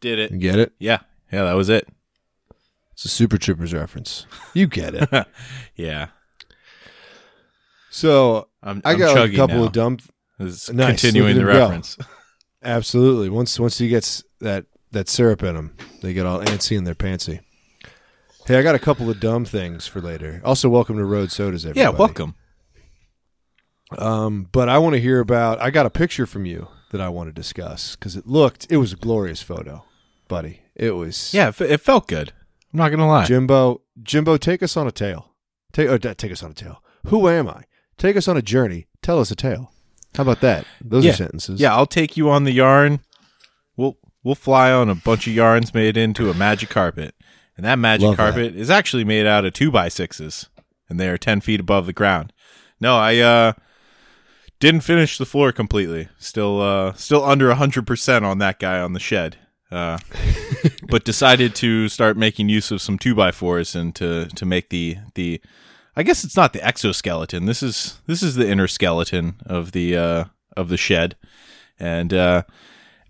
did it. You get it? Yeah. Yeah, that was it. It's a Super Troopers reference. You get it. Yeah. so I'm, I I'm got like, chugging a couple now. of dumb. It's Nice. Continuing Look the at him go. reference. Absolutely. Once once he gets that that syrup in them, they get all antsy in their pantsy. Hey, I got a couple of dumb things for later. Also, welcome to Road Sodas, everybody. Yeah, welcome. Um, but I want to hear about. I got a picture from you that I want to discuss because it looked. It was a glorious photo, buddy. It was. Yeah, it, fe- it felt good. I'm not gonna lie. Jimbo, Jimbo, take us on a tale. Take or da- take us on a tale. Who am I? Take us on a journey. Tell us a tale. How about that? Those Yeah. are sentences. Yeah, I'll take you on the yarn. We'll we'll fly on a bunch of yarns made into a magic carpet, and that magic Love that. carpet is actually made out of two by sixes, and they are ten feet above the ground. No, I uh, didn't finish the floor completely. Still, uh, still under hundred percent on that guy on the shed. Uh, but decided to start making use of some two by fours and to to make the the. I guess it's not the exoskeleton. This is this is the inner skeleton of the uh, of the shed and uh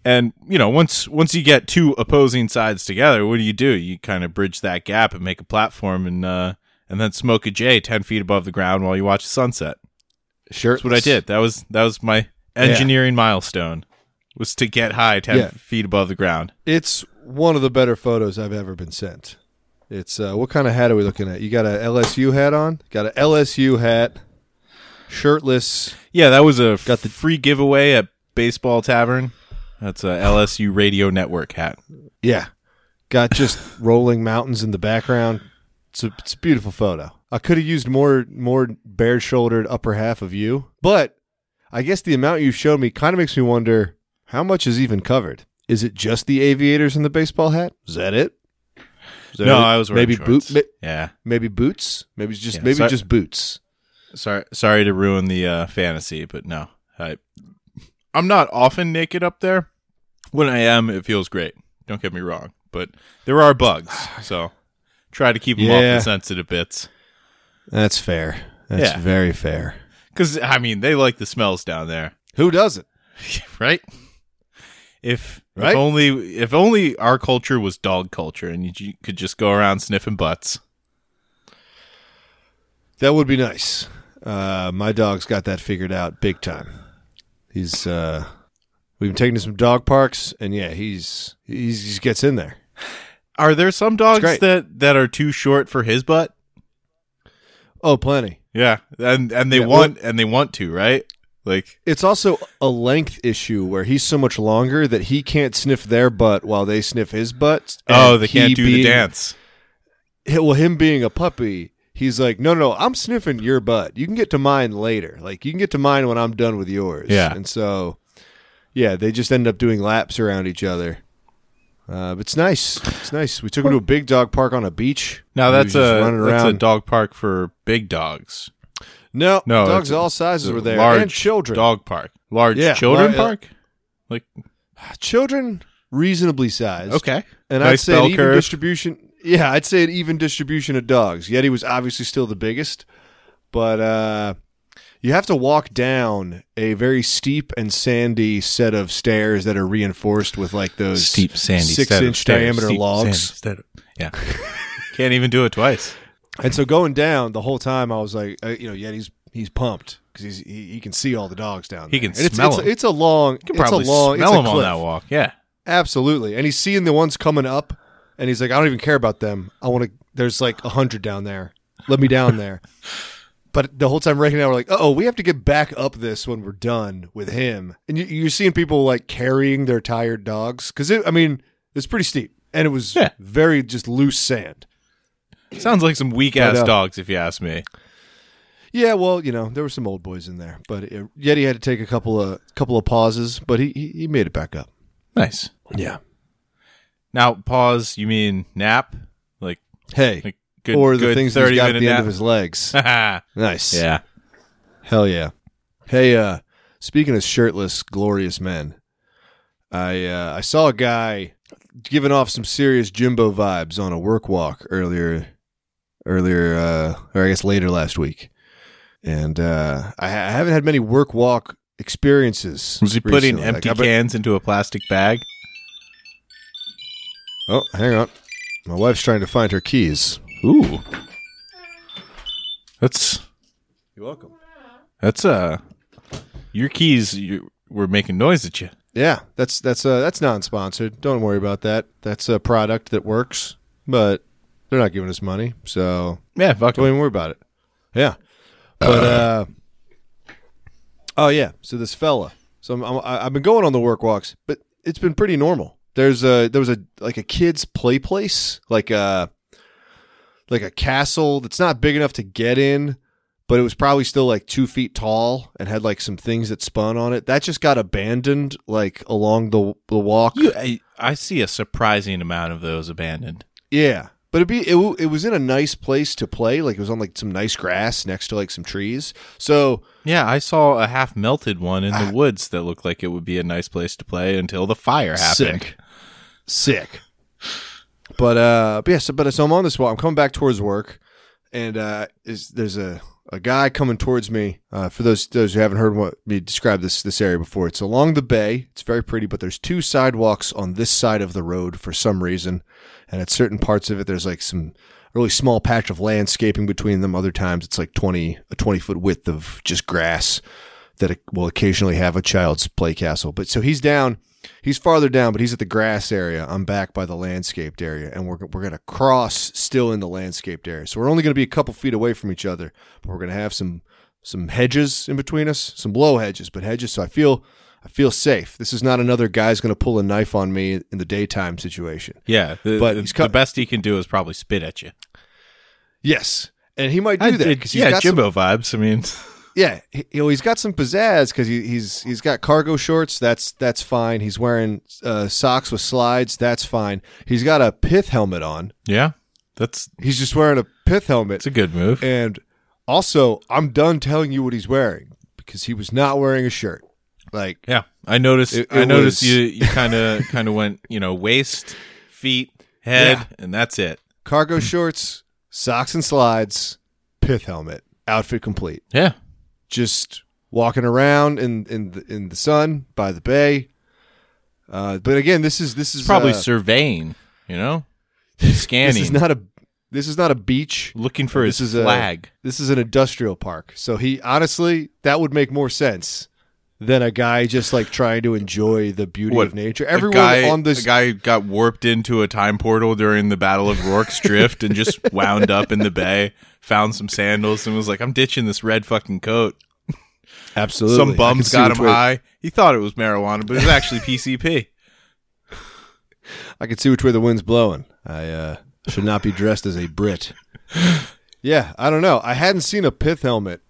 and you know once once you get two opposing sides together what do you do you kind of bridge that gap and make a platform and uh and then smoke a j 10 feet above the ground while you watch the sunset sure. that's what i did that was that was my engineering milestone was to get high 10 Yeah. feet above the ground It's one of the better photos I've ever been sent. It's uh, what kind of hat are we looking at? You got a LSU hat on? Got a LSU hat? Shirtless? yeah that was a Got the- free giveaway at baseball tavern that's a lsu radio network hat Yeah. Got just rolling mountains in the background. It's a, it's a beautiful photo. I could have used more more bare shouldered upper half of you, but I guess the amount you showed me kind of makes me wonder how much is even covered. Is it just the aviators and the baseball hat? Is that it? Is that no it? i was wearing maybe shorts. boot, ma- yeah maybe boots, maybe it's just Yeah, maybe so- just boots. sorry sorry to ruin the uh, fantasy but no I, i'm not often naked up there when i am it feels great don't get me wrong but there are bugs so try to keep them off Yeah. the sensitive bits That's fair. That's Yeah. very fair. because i mean they like the smells down there Who doesn't? right if, Right? if only if only our culture was dog culture and you ju- could just go around sniffing butts That would be nice. Uh, my dog's got that figured out big time. He's uh, we've been taking to some dog parks, and yeah, he's he's he gets in there. are there some dogs great. that that are too short for his butt Oh, plenty. yeah and and they Yeah, want and they want to right like It's also a length issue where he's so much longer that he can't sniff their butt while they sniff his butt. Oh, and they he can't do the being- dance. hi- Well, him being a puppy, he's like, no, no, no, I'm sniffing your butt. You can get to mine later. Like you can get to mine when I'm done with yours. Yeah. And so, yeah, they just ended up doing laps around each other. Uh, but it's nice. It's nice. We took him to a big dog park on a beach. Now He that's was just a running that's a around. dog park for big dogs. no, No, dogs it's a- of all sizes It's a were there large and children. dog park, large Yeah, children lar- park. Like Children reasonably sized. okay, uh, And I'd Nice say bell an even curve. distribution. Yeah, I'd say an even distribution of dogs. Yeti was obviously still the biggest, but uh, you have to walk down a very steep and sandy set of stairs that are reinforced with like those six-inch diameter logs. yeah, can't even do it twice. And so going down the whole time, I was like, uh, you know, Yeti's he's pumped because he's he, he can see all the dogs down. He there. can and it's, smell it's, 'em. It's a long. You can it's a probably long. it's smell a them on cliff. that walk. Yeah, Absolutely. And he's seeing the ones coming up and he's like, I don't even care about them. I want to, there's like a hundred down there. Let me down there. But the whole time right now, we're like, oh, we have to get back up this when we're done with him. And you, you're seeing people like carrying their tired dogs. Cause it, I mean, it's pretty steep and it was Yeah. very just loose sand. sounds like some weak ass know. dogs, if you ask me. Yeah, well, you know, there were some old boys in there, but it, Yeti had to take a couple of couple of pauses, but he, he he made it back up. Nice. Yeah. Now pause. You mean nap? Like Hey, like good or the good things that thirty he's got at minute the end nap. of his legs. nice. yeah. Hell yeah. Hey, uh, speaking of shirtless, glorious men, I uh, I saw a guy giving off some serious Jimbo vibes on a work walk earlier, earlier, uh, or I guess later last week, and uh, I, ha- I haven't had many work walk experiences. Was he putting recently. Like, empty I've been- cans into a plastic bag? Oh, hang on. My wife's trying to find her keys. Ooh. That's You're welcome. that's uh your keys you, were making noise at you. Yeah, that's that's uh that's non-sponsored. Don't worry about that. That's a product that works, but they're not giving us money, so Yeah, fuck Don't even worry about it. Yeah, but uh, oh yeah. So this fella. So I'm, I'm, I- I've been going on the work walks, but it's been pretty normal. There's a there was a like a kids play place, like a like a castle that's not big enough to get in, but it was probably still like two feet tall and had like some things that spun on it. That just got abandoned like along the the walk. You, I, I see a surprising amount of those abandoned. Yeah, but it'd be it, w- it was in a nice place to play. Like it was on like some nice grass next to like some trees. So Yeah, I saw a half melted one in the woods that looked like it would be a nice place to play until the fire happened. sick, sick. But uh, but yeah. So but so I'm on this walk. I'm coming back towards work, and uh, is there's a a guy coming towards me. Uh, for those those who haven't heard what me describe this this area before, it's along the bay. It's very pretty, but there's two sidewalks on this side of the road for some reason, and at certain parts of it, there's like some really small patch of landscaping between them. Other times, it's like twenty a twenty foot width of just grass that uh, will occasionally have a child's play castle. But so he's down, he's farther down, but he's at the grass area. I'm back by the landscaped area, and we're we're gonna cross still in the landscaped area. So we're only gonna be a couple feet away from each other, but we're gonna have some some hedges in between us, some low hedges, but hedges. So I feel. I feel safe. This is not another guy's going to pull a knife on me in the daytime situation. Yeah, the, But the, he's cut- the best he can do is probably spit at you. Yes, and he might do that because he's yeah, got some Jimbo vibes. I mean, Yeah, he, you know, he's got some pizzazz because he, he's he's got cargo shorts. That's that's fine. He's wearing uh, socks with slides. That's fine. He's got a pith helmet on. yeah, that's He's just wearing a pith helmet. that's a good move. and also, I'm done telling you what he's wearing because he was not wearing a shirt. Like, Yeah, I noticed. It- I it noticed was- you. You kind of kind of went. You know, waist, feet, head, and that's it. cargo Hmm. shorts, socks and slides, pith helmet, outfit complete. Yeah, just walking around in in the, in the sun by the bay. Uh, but again, this is this is probably uh, surveying. You know, this scanning, is not a this is not a beach. looking for This his is uh, a- flag. This is an industrial park. So he honestly, that would make more sense than a guy just like trying to enjoy the beauty What, of nature. A Everyone guy- on a this, guy got warped into a time portal during the Battle of Rorke's Drift and just wound up in the bay. Found some sandals and was like, "I'm ditching this red fucking coat." absolutely, I Some can bums see got which him way- high. He thought it was marijuana, but it was actually PCP. I can see which way the wind's blowing. I uh, should not be dressed as a Brit. Yeah, I don't know. I hadn't seen a pith helmet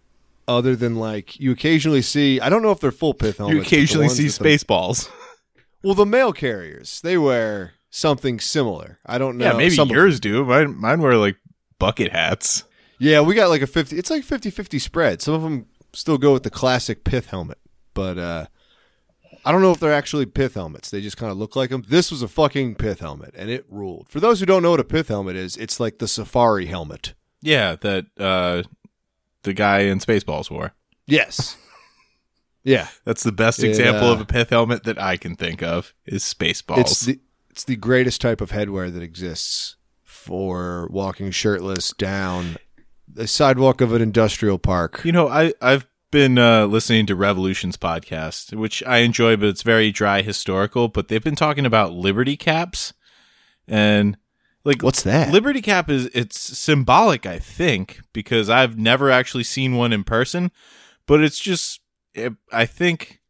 other than like you occasionally see. I don't know if they're full pith helmets. You Oh, but the occasionally ones see with the- spaceballs. well, the mail carriers they wear something similar. I don't yeah, know. maybe some of yours do. Mine, mine wear like bucket hats. Yeah, we got like a 50 it's like 50-50 spread. Some of them still go with the classic pith helmet, but uh I don't know if they're actually pith helmets. They just kind of look like them. This was a fucking pith helmet and it ruled. For those who don't know what a pith helmet is, it's like the safari helmet. Yeah, that uh, the guy in Spaceballs wore. Yes. yeah, That's the best It, example uh, of a pith helmet that I can think of is Spaceballs. it's the it's the greatest type of headwear that exists for walking shirtless down the sidewalk of an industrial park. you know, I I've been uh, listening to Revolutions podcast, which I enjoy, but it's very dry historical. But they've been talking about Liberty caps, and like What's that? Liberty cap is it's symbolic, I think, because I've never actually seen one in person, but it's just it, I think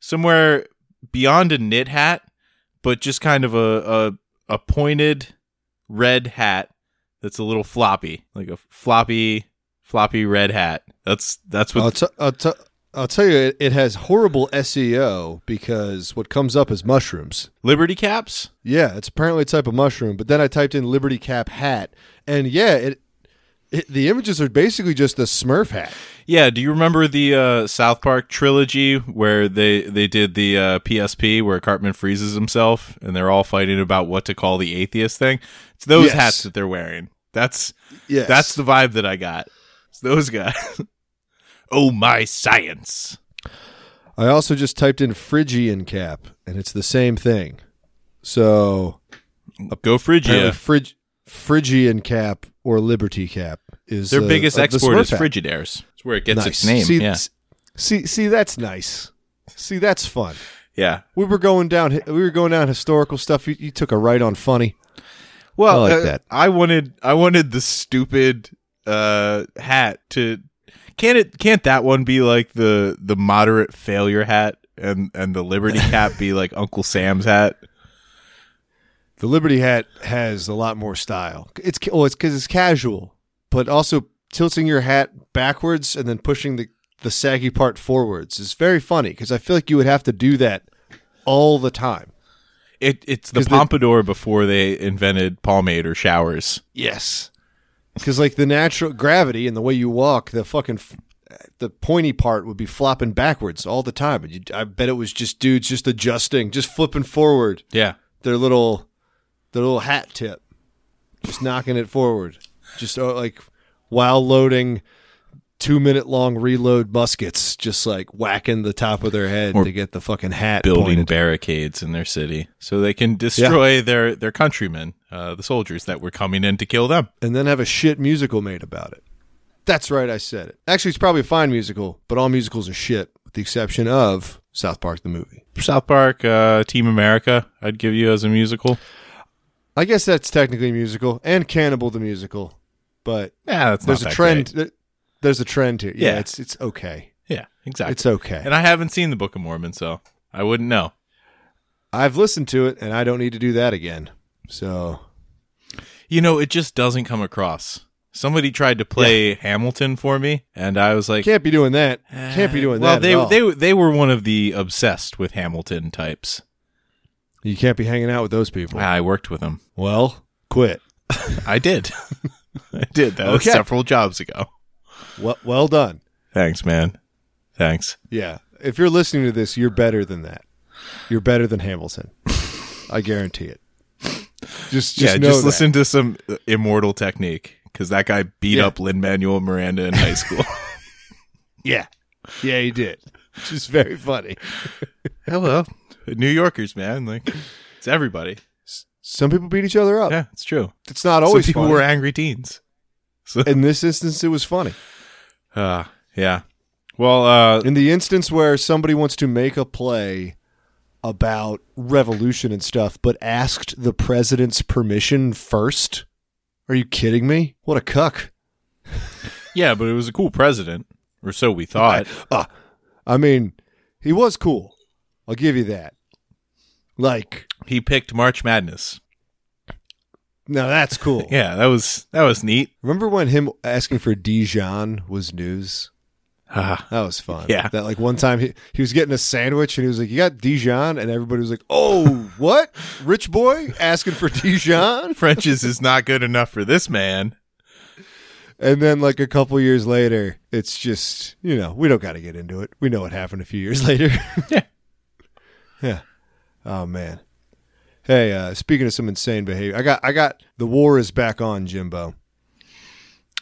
somewhere beyond a knit hat, but just kind of a a, a pointed red hat that's a little floppy, like a floppy floppy red hat. That's that's what I'll, t- I'll, t- I'll tell you, it, it has horrible SEO because what comes up is mushrooms. Liberty caps. Yeah, it's apparently a type of mushroom. But then I typed in Liberty Cap hat, and yeah, it, it the images are basically just a Smurf hat. Yeah, do you remember the uh, South Park trilogy where they they did the uh, PSP where Cartman freezes himself and they're all fighting about what to call the atheist thing? It's those Yes. hats that they're wearing. That's Yeah, that's the vibe that I got. It's those guys. oh my science. I also just typed in Phrygian cap, and it's the same thing. So Go Apparently Phrygia. Phryg- Phrygian cap or Liberty cap is Their uh, biggest of the export Smurf is hat. Frigidairs. That's where it gets Nice. its name. See, yeah. see, see, that's nice. See, that's fun. Yeah. We were going down. We were going down historical stuff. You, you took a right on funny. Well, I like uh, that. I wanted I wanted the stupid uh hat to can't it can't that one be like the the moderate failure hat and and the liberty cap be like Uncle Sam's hat? The Liberty hat has a lot more style. It's ca- well, it's because it's casual, but also tilting your hat backwards and then pushing the the saggy part forwards is very funny because I feel like you would have to do that all the time. It it's the 'Cause the- pompadour before they invented pomade or showers. Yes, because like the natural gravity and the way you walk, the fucking f- the pointy part would be flopping backwards all the time. And you, I bet it was just dudes just adjusting, just flipping forward Yeah. their little their little hat tip, just knocking it forward, just uh, like while loading two minute long reload muskets, just like whacking the top of their head Or to get the fucking hat Building pointed. barricades in their city so they can destroy their their countrymen, uh, the soldiers that were coming in to kill them. and then have a shit musical made about it. That's right, I said it. Actually, it's probably a fine musical, but all musicals are shit, with the exception of South Park the movie. South Park, uh, Team America, I'd give you as a musical. I guess that's technically a musical, and Cannibal the musical, but Yeah, that's there's not a that trend. great. there- There's a trend here. Yeah, Yeah. it's it's okay. Yeah, exactly. It's okay. And I haven't seen the Book of Mormon, so I wouldn't know. I've listened to it and I don't need to do that again. So You know, it just doesn't come across. Somebody tried to play Hamilton for me, and I was like, "Eh." can't be doing that. Can't be doing Uh, well, that. they at all. they they were one of the obsessed with Hamilton types. you can't be hanging out with those people. I worked with them. Well, quit. I did. I did. That was Okay. several jobs ago. Well, well done. Thanks, man. Thanks. Yeah. If you're listening to this, you're better than that. You're better than Hamilton. I guarantee it. Just, just yeah, know just that. listen to some uh, immortal technique because that guy beat Yeah. up Lin Manuel Miranda in high school. Yeah, yeah, he did. Just very funny. Hello, New Yorkers, man. Like it's everybody. Some people beat each other up. Yeah, it's true. It's not always Some people funny. were angry teens. In this instance, it was funny. Uh, yeah. Well, uh, In the instance where somebody wants to make a play about revolution and stuff, but asked the president's permission first, are you kidding me? What a cuck! yeah, but it was a cool president, or so we thought. Ah, I mean, he was cool. I'll give you that. Like, He picked March Madness. now that's cool. Yeah, that was that was neat. Remember when him asking for Dijon was news? Ah, That was fun. Yeah. That like one time he, he was getting a sandwich and he was like, "You got Dijon," and everybody was like, "Oh, what? Rich boy asking for Dijon?" French's is not good enough for this man. And then like a couple years later, it's just, you know, we don't got to get into it. We know what happened a few years later. Yeah. yeah. Oh man. Hey, uh speaking of some insane behavior. I got I got the war is back on, Jimbo.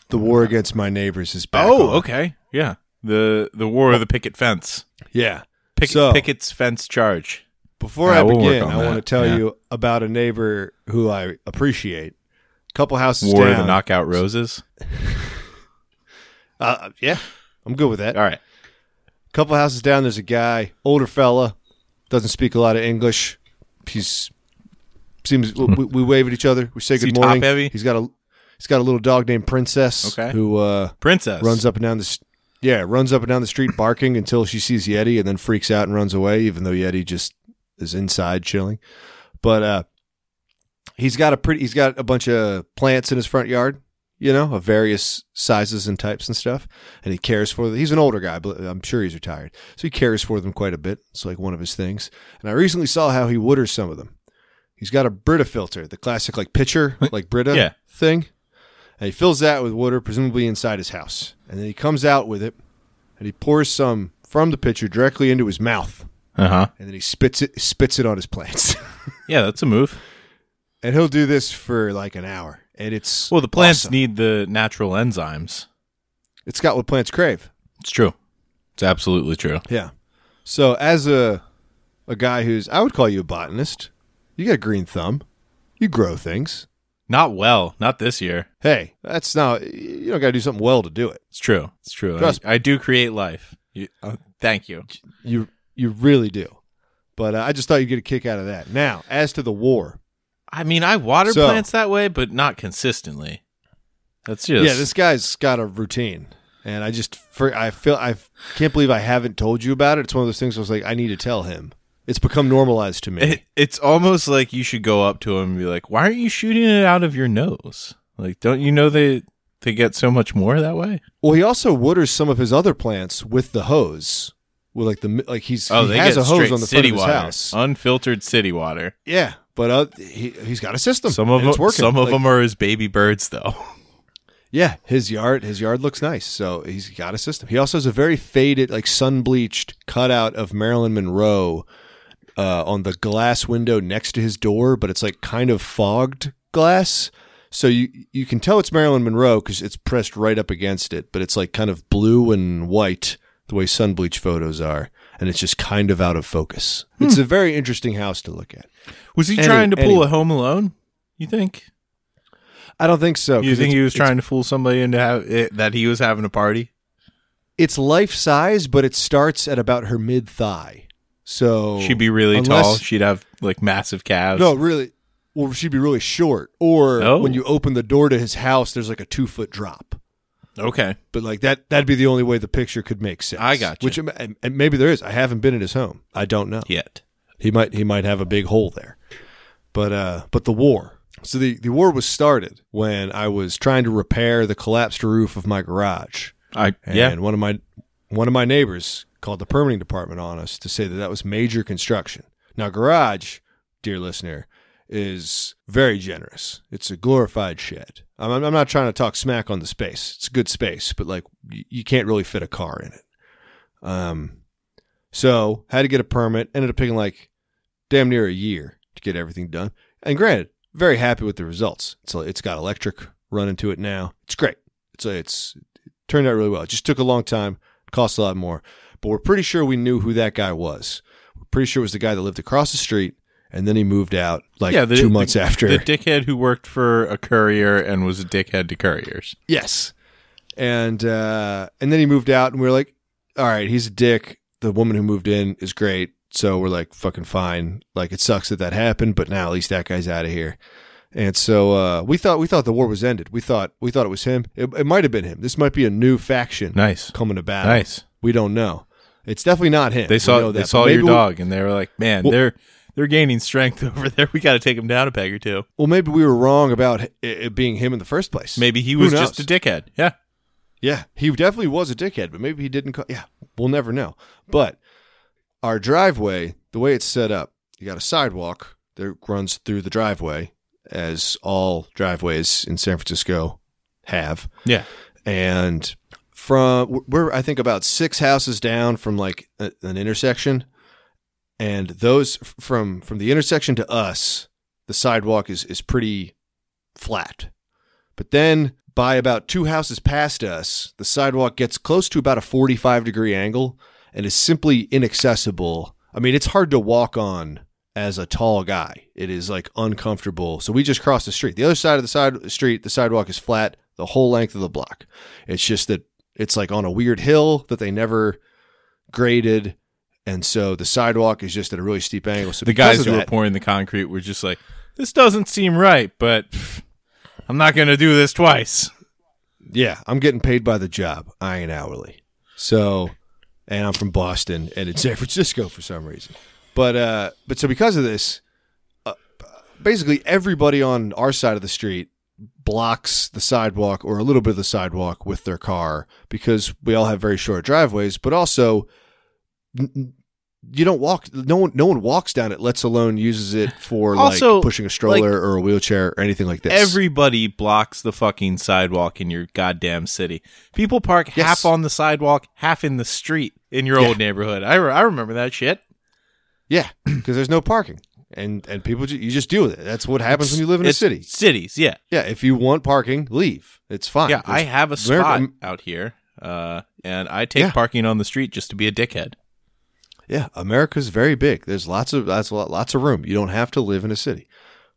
The war against my neighbors is back oh, on. okay, yeah. The the War of the Picket Fence. Yeah. Picket So- Picket's fence charge. Before Yeah, I we'll work begin, on I want to that. tell Yeah. you about a neighbor who I appreciate. Couple houses War of down. the Knockout Roses. uh, yeah. I'm good with that. All right. couple houses down there's a guy older fella doesn't speak a lot of english he's seems we, we we wave at each other we say Hmm. he good morning top heavy? he's got a he's got a little dog named princess Okay. who uh Princess runs up and down the s- yeah runs up and down the street barking until she sees yeti and then freaks out and runs away even though yeti just is inside chilling but uh he's got a pretty he's got a bunch of plants in his front yard you know of various sizes and types and stuff and he cares for them he's an older guy but i'm sure he's retired so he cares for them quite a bit it's like one of his things and i recently saw how he waters some of them he's got a brita filter the classic like pitcher like brita Yeah. thing and he fills that with water, presumably inside his house. And then he comes out with it and he pours some from the pitcher directly into his mouth. Uh huh. And then he spits it spits it on his plants. Yeah, that's a move. and he'll do this for like an hour. And it's Well, the plants awesome. need the natural enzymes. it's got what plants crave. It's true. It's absolutely true. Yeah. So as a a guy who's I would call you a botanist, you got a green thumb. You grow things. Not well. Not this year. Hey, that's not. You don't got to do something well to do it. It's true. It's true. I, Trust I do create life. You, uh, thank you. You you really do. But uh, I just thought you'd get a kick out of that. Now, as to the war, I mean, I water So- plants that way, but not consistently. That's just yeah, this guy's got a routine, and I just for, I feel I can't believe I haven't told you about it. It's one of those things. I was like, I need to tell him. It's become normalized to me. It, it's almost like you should go up to him and be like, "Why aren't you shooting it out of your nose? Like, don't you know they they get so much more that way?" Well, he also waters some of his other plants with the hose. With like the like he's he Oh, they has get a hose straight on the front city of his water, house. unfiltered city water. yeah, but uh, he he's got a system. Some of and it's them, working. some of Like, them are his baby birds, though. Yeah, his yard his yard looks nice, so he's got a system. He also has a very faded, like sun bleached cutout of Marilyn Monroe uh, on the glass window next to his door, but it's like kind of fogged glass, so you you can tell it's Marilyn Monroe because it's pressed right up against it, but it's like kind of blue and white the way sun bleach photos are, and it's just kind of out of focus. Hmm. It's a very interesting house to look at. Was he Any- trying to pull anyway. a Home Alone? You think? I don't think so. You 'cause think Oh, it's- he was it's trying to fool somebody into have it, that he was having a party? it's life size, but it starts at about her mid thigh. So She'd be really unless- tall. She'd have like massive calves. no, really. Well, she'd be really short. Or Oh. when you open the door to his house, there's like a two foot drop. Okay. But like that, that'd be the only way the picture could make sense. I gotcha. Which and and maybe there is. I haven't been at his home. I don't know. Yet. He might he might have a big hole there. But uh but the war. So the, the war was started when I was trying to repair the collapsed roof of my garage. I And yeah. one of my one of my neighbors called the permitting department on us to say that that was major construction. Now, garage, dear listener, is very generous. It's a glorified shed. I'm, I'm- I'm not trying to talk smack on the space. It's a good space, but like y- you can't really fit a car in it. Um, so had to get a permit. Ended up taking like damn near a year to get everything done. And granted, very happy with the results. It's it's got electric run into it now. It's great. It's it's it turned out really well. It just took a long time, cost a lot more, but we're pretty sure we knew who that guy was. We're pretty sure it was the guy that lived across the street, and then he moved out like Yeah, the- two months after. The dickhead who worked for a courier and was a dickhead to couriers. Yes. And uh, and then he moved out, and we were like, all right, he's a dick. The woman who moved in is great, so we're like, fucking fine. Like it sucks that that happened, but now at least that guy's out of here. And so uh, we thought we thought the war was ended. We thought we thought it was him. It, it might have been him. This might be a new faction Nice. coming to battle. Nice. We don't know. It's definitely not him. They We saw know they that, saw but your maybe we- dog and they were like, "Man, Well- they're they're gaining strength over there. We got to take him down a peg or two. well, maybe we were wrong about it- it being him in the first place. Maybe he Who was knows? just a dickhead." Yeah. Yeah, he definitely was a dickhead, but maybe he didn't. Call, yeah, we'll never know. But our driveway, the way it's set up, you got a sidewalk that runs through the driveway, as all driveways in San Francisco have. Yeah. And from we're I think about six houses down from like a, an intersection, and those f- from from the intersection to us, the sidewalk is is pretty flat. But then by about two houses past us, the sidewalk gets close to about a 45 degree angle and is simply inaccessible. I mean, it's hard to walk on as a tall guy. It is like uncomfortable. So we just crossed the street. The other side of the side street, the sidewalk is flat the whole length of the block. It's just that it's like on a weird hill that they never graded. And so the sidewalk is just at a really steep angle. So The because guys of who were that, pouring the concrete were just like, "This doesn't seem right, but pff, I'm not going to do this twice." Yeah, I'm getting paid by the job. I ain't hourly. So, and I'm from Boston and in San Francisco for some reason. But uh, but so because of this, uh, basically everybody on our side of the street blocks the sidewalk or a little bit of the sidewalk with their car because we all have very short driveways. But also, n- n- you don't walk. No one no one walks down it. Let's alone uses it for Also, like pushing a stroller like, or a wheelchair or anything like this. Everybody blocks the fucking sidewalk in your goddamn city. People park Yes. half on the sidewalk, half in the street in your Yeah. old neighborhood. I, re- I remember that shit. Yeah, because there's no parking, and and people ju- you just deal with it. That's what happens when you live in a It's- city. Cities, yeah. Yeah, if you want parking, leave. It's fine. Yeah, I There's- have a America- spot Am- out here, uh, and I take Yeah. parking on the street just to be a dickhead. yeah, America's very big. There's lots of that's lot, lots of room. You don't have to live in a city,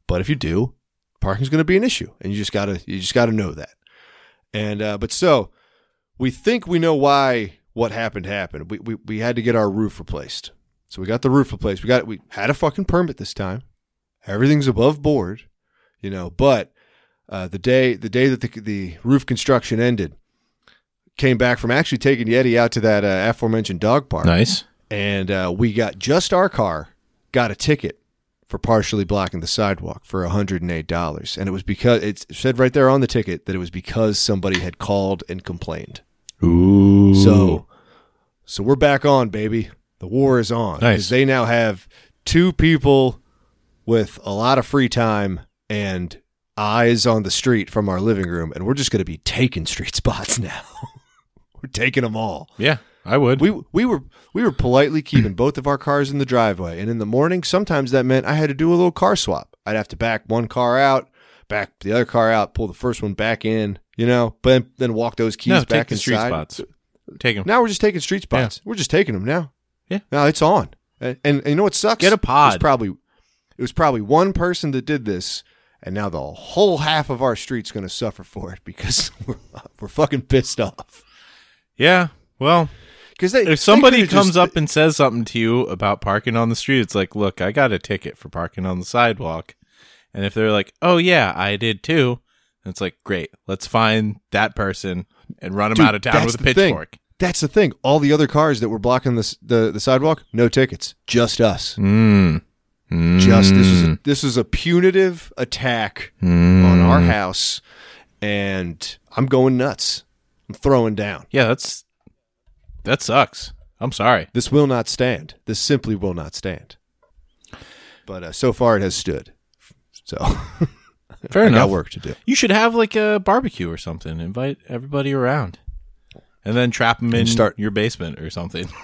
but if you do, parking's going to be an issue, and you just gotta you just gotta know that. And uh, but so we think we know why what happened happened. We, we we had to get our roof replaced, so we got the roof replaced. We got we had a fucking permit this time. Everything's above board, you know. But uh, the day the day that the the roof construction ended, came back from actually taking Yeti out to that uh, aforementioned dog park Nice. and uh, we got just our car got a ticket for partially blocking the sidewalk for $108 and it was because it said right there on the ticket that it was because somebody had called and complained Ooh. so so we're back on baby the war is on Nice. they now have two people with a lot of free time and eyes on the street from our living room and we're just going to be taking street spots now we're taking them all yeah, I would. we we were we were politely keeping both of our cars in the driveway, and in the morning, sometimes that meant I had to do a little car swap. I'd have to back one car out, back the other car out, pull the first one back in, you know, but then, then walk those keys no, take back the inside. street spots. Take them. Now we're just taking street spots. We're just taking them now. Yeah. now it's on, and, and, and you know what sucks? Get a pod. It was probably it was probably one person that did this. And now the whole half of our street's going to suffer for it because we're, we're fucking pissed off. Yeah. Well, Because they if somebody they could've comes just- up and says something to you about parking on the street, it's like, look, I got a ticket for parking on the sidewalk. And if they're like, oh, yeah, I did too, it's like, great, let's find that person and run them Dude, out of town that's with a the thing. pitchfork. That's the thing. All the other cars that were blocking the s- the, the sidewalk, no tickets, just us. Hmm. Mm. Mm. Just this is a, this is a punitive attack Mm. on our house, and I'm going nuts. I'm throwing down. Yeah, that's that sucks. I'm sorry. This will not stand. This simply will not stand. But uh, so far, it has stood. So Fair I enough. got work to do. You should have like a barbecue or something. Invite everybody around, and then trap them in start- your basement or something.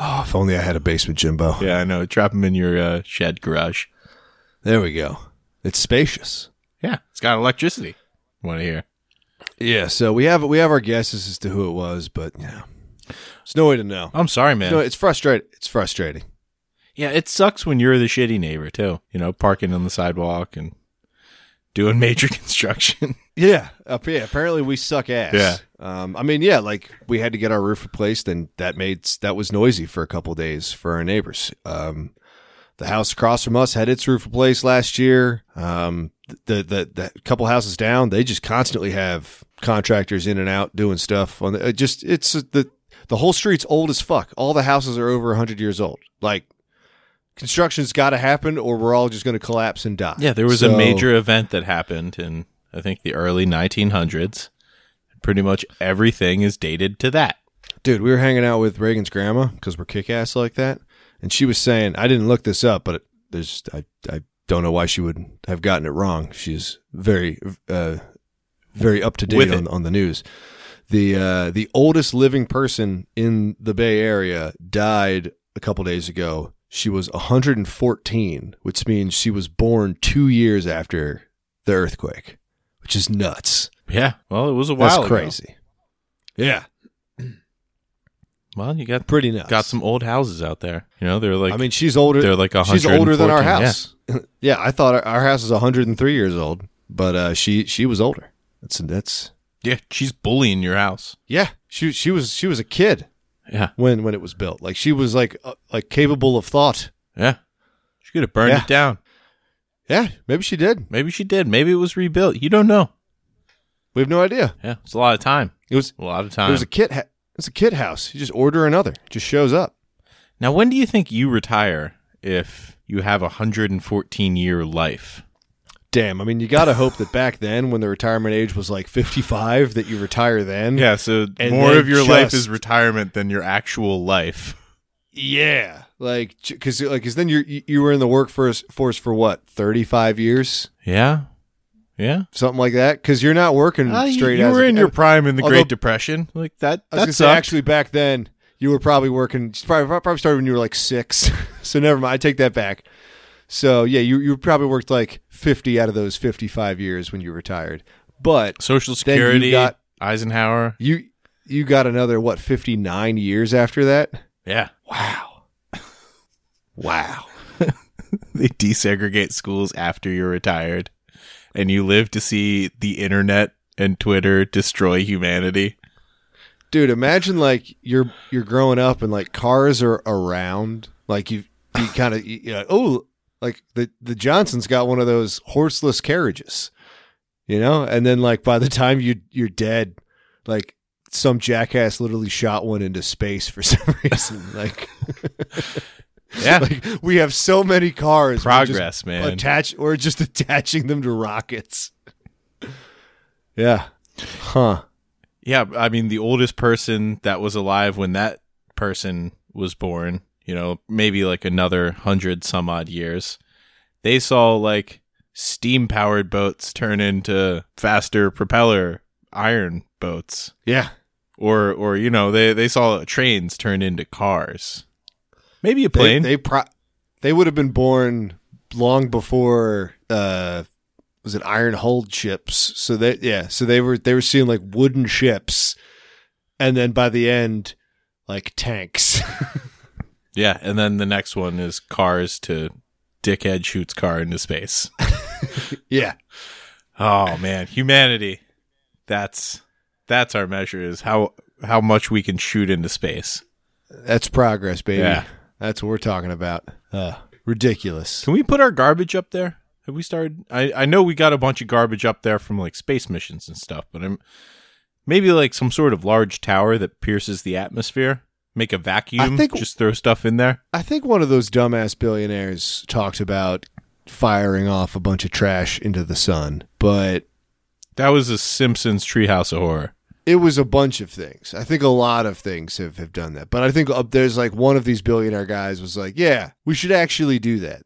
Oh, if only I had a basement, Jimbo. yeah, I know. Trap them in your uh, shed garage. There we go. It's spacious. Yeah, it's got electricity. Want to hear? Yeah. So we have we have our guesses as to who it was, but yeah, there's no way to know. I'm sorry, Oh, man. No, it's frustrating. It's frustrating. yeah, it sucks when you're the shitty neighbor too. You know, parking on the sidewalk and doing major construction. Yeah. Ap- yeah. Apparently, we suck ass. Yeah. Um, I mean, yeah, like we had to get our roof replaced, and that made that was noisy for a couple days for our neighbors. Um, the house across from us had its roof replaced last year. Um, the, the the couple houses down, they just constantly have contractors in and out doing stuff on the. It just it's the the whole street's old as fuck. All the houses are over hundred years old. Like construction's got to happen, or we're all just going to collapse and die. Yeah, there was a So- major event that happened in I think the early 1900s. Pretty much everything is dated to that. Dude, we were hanging out with Reagan's grandma because we're kick ass like that, and she was saying I didn't look this up, but it, there's I I don't know why she would have gotten it wrong. She's very uh, very up to With date it. on, on the news. The uh, the oldest living person in the Bay Area died a couple days ago. She was 114, which means she was born two years after the earthquake, which is nuts. Yeah, well, it was a while. That's ago. crazy. Yeah, Well, you got pretty nuts. got some old houses out there. You know, they're like I mean, she's older. they're like a She's older than our house. Yeah, I thought our, our house is 103 years old, but uh, she she was older. That's that's Yeah. yeah, she's bullying your house. yeah. She she was she was a kid Yeah, when when it was built. Like she was like uh, like capable of thought. yeah. She could have burned Yeah. it down. Yeah, maybe she did. Maybe she did. Maybe it was rebuilt. You don't know. We have no idea. Yeah, it's a lot of time. It was A lot of it time. was a kid. Ha- it was a kid house. You just order another. It just shows up. now, when do you think you retire if you have a 114 year life? Damn. I mean, you gotta hope that back then, when the retirement age was like 55, that you retire then. Yeah, so And more then of your life is just- retirement than your actual life. Yeah. Like, because like, cause then you're, you you were in the workforce force for what 35 years. Yeah. Yeah. something like that because you're not working Ah, you- Hmm. straight you as were in your prime in the although- Great Depression. Like that I was gonna that say sucks. actually back then you were probably working probably, probably started when you were like six so never mind I take that back so yeah you, you probably worked like 50 out of those 55 years when you retired but Social then you Security, got- Eisenhower. you you got another what 59 years after that Yeah. wow wow they desegregate schools after you're retired and you live to see the internet and Twitter destroy humanity. Dude, imagine like you're you're growing up and like cars are around. Like you you kind of you know, oh like the the Johnsons got one of those horseless carriages. You know? And then like by the time you you're dead, like some jackass literally shot one into space for some reason. Like Yeah. like we have so many cars. we just Progress, man. Attach or just attaching them to rockets. Yeah. Huh. yeah, I mean the oldest person that was alive when that person was born, you know, maybe like another 100 some odd years. They saw like steam powered boats turn into faster propeller iron boats Yeah. or or you know, they they saw trains turn into cars. Maybe a plane. They, they pro- they would have been born long before uh was it iron hulled ships. So they yeah, so they were they were seeing like wooden ships and then by the end like tanks. yeah, and then the next one is cars to dickhead shoots car into space. yeah. Oh man, humanity. That's that's our measure is how how much we can shoot into space. That's progress, baby. Yeah. That's what we're talking about. Uh ridiculous. Can we put our garbage up there? Have we started? I I know we got a bunch of garbage up there from like space missions and stuff, but I'm maybe like some sort of large tower that pierces the atmosphere, make a vacuum, think- just throw stuff in there. I think one of those dumbass billionaires talked about firing off a bunch of trash into the sun, but That was a Simpsons Treehouse of Horror. it was a bunch of things. I think a lot of things have, have done that. But I think up there's like one of these billionaire guys was like, yeah, we should actually do that.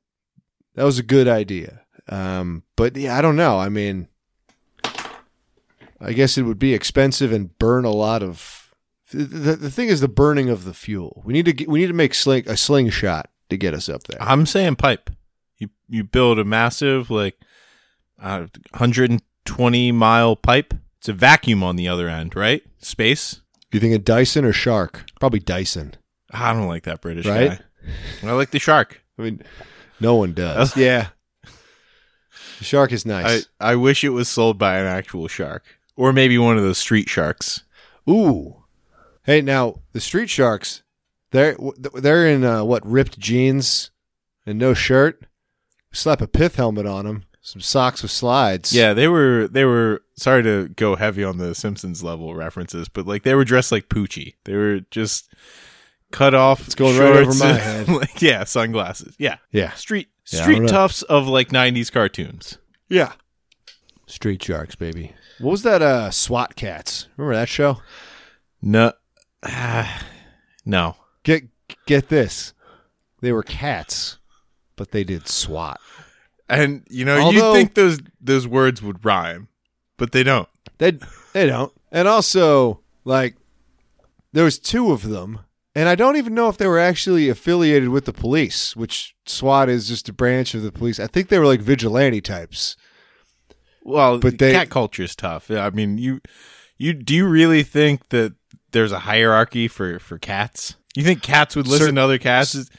That was a good idea. Um, but yeah, I don't know. I mean, I guess it would be expensive and burn a lot of. The, the, the thing is the burning of the fuel. We need to get, we need to make sling, a slingshot to get us up there. I'm saying pipe. You you build a massive like uh, 120 mile pipe. It's a vacuum on the other end, right? Space. You think a Dyson or Shark? Probably Dyson. I don't like that British Right? guy. I like the shark. I mean, no one does. yeah. The shark is nice. I I wish it was sold by an actual shark or maybe one of those street sharks. Ooh. Hey, now the street sharks, they're w- they're in uh, what ripped jeans and no shirt. Slap a pith helmet on them, some socks with slides. Yeah, they were they were sorry to go heavy on the Simpsons level references, but like they were dressed like Poochie. They were just cut off. It's going right over my head. like, yeah, sunglasses. Yeah, yeah, street Yeah, I street don't know. toughs of like 90s cartoons. yeah. Street sharks, baby. What was that? Uh, SWAT cats. Remember that show? No. ah, no. Get get this. They were cats, but they did SWAT. And you know, Although- you think those those words would rhyme, but they don't. They they don't. And also, like, there was two of them, and I don't even know if they were actually affiliated with the police, which SWAT is just a branch of the police. I think they were like vigilante types. Well, But but they- cat culture's tough. Yeah, I mean, you you do you really think that there's a hierarchy for for cats? You think cats would listen Cer- to other cats?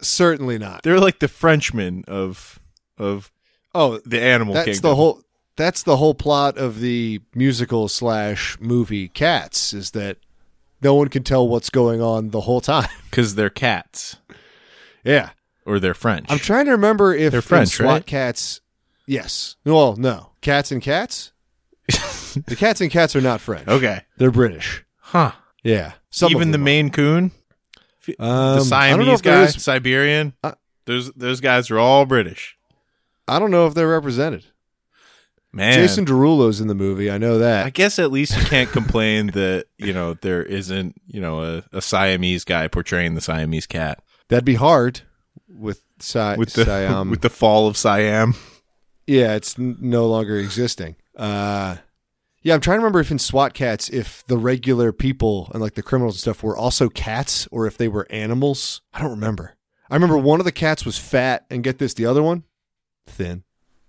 Certainly not. They're like the Frenchmen of of Oh, the animal that's kingdom. the whole. That's the whole plot of the musical slash movie Cats is that no one can tell what's going on the whole time. because they're cats yeah. or they're French. I'm trying to remember if They're in French, SWAT right? cats. Yes. Well, no. Cats and cats. the cats and cats are not French. okay, They're British. huh? Yeah. Some Even of the them Maine Coon, are. Um, the I don't know Siamese if there guy, is- Siberian. Uh, those those guys are all British. I don't know if they're represented. Man, Jason Derulo's in the movie. I know that. I guess at least you can't complain that you know there isn't you know a, a Siamese guy portraying the Siamese cat That'd be hard with Siam. with the Siam. with the fall of Siam. yeah, it's n- no longer existing. Uh, yeah, I'm trying to remember if in SWAT cats, if the regular people and like the criminals and stuff were also cats or if they were animals. I don't remember. I remember one of the cats was fat, and get this, the other one, thin.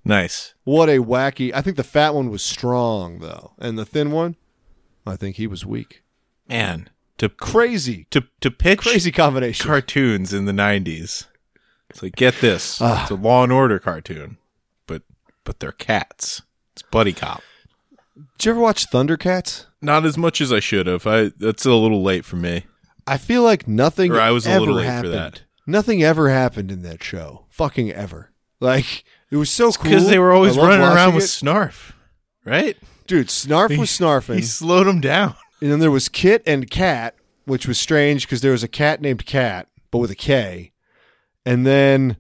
Nice. What a wacky! I think the fat one was strong though, and the thin one, I think he was weak. Man, to Crazy, to to pitch crazy combination. cartoons in the 90s. It's like get this. Ah. it's a Law and Order cartoon, but but they're cats. It's buddy cop. Did you ever watch Thundercats? Not as much as I should have. I that's a little late for me. I feel like nothing. Or I was a ever little late for happened. that. Nothing ever happened in that show. Fucking ever. Like it was so cool Because they were always I loved running around watching with it. Snarf, right? dude. Snarf was snarfing, He slowed him down. and then there was Kit and Cat, which was strange because there was a cat named Cat, but with a K, and then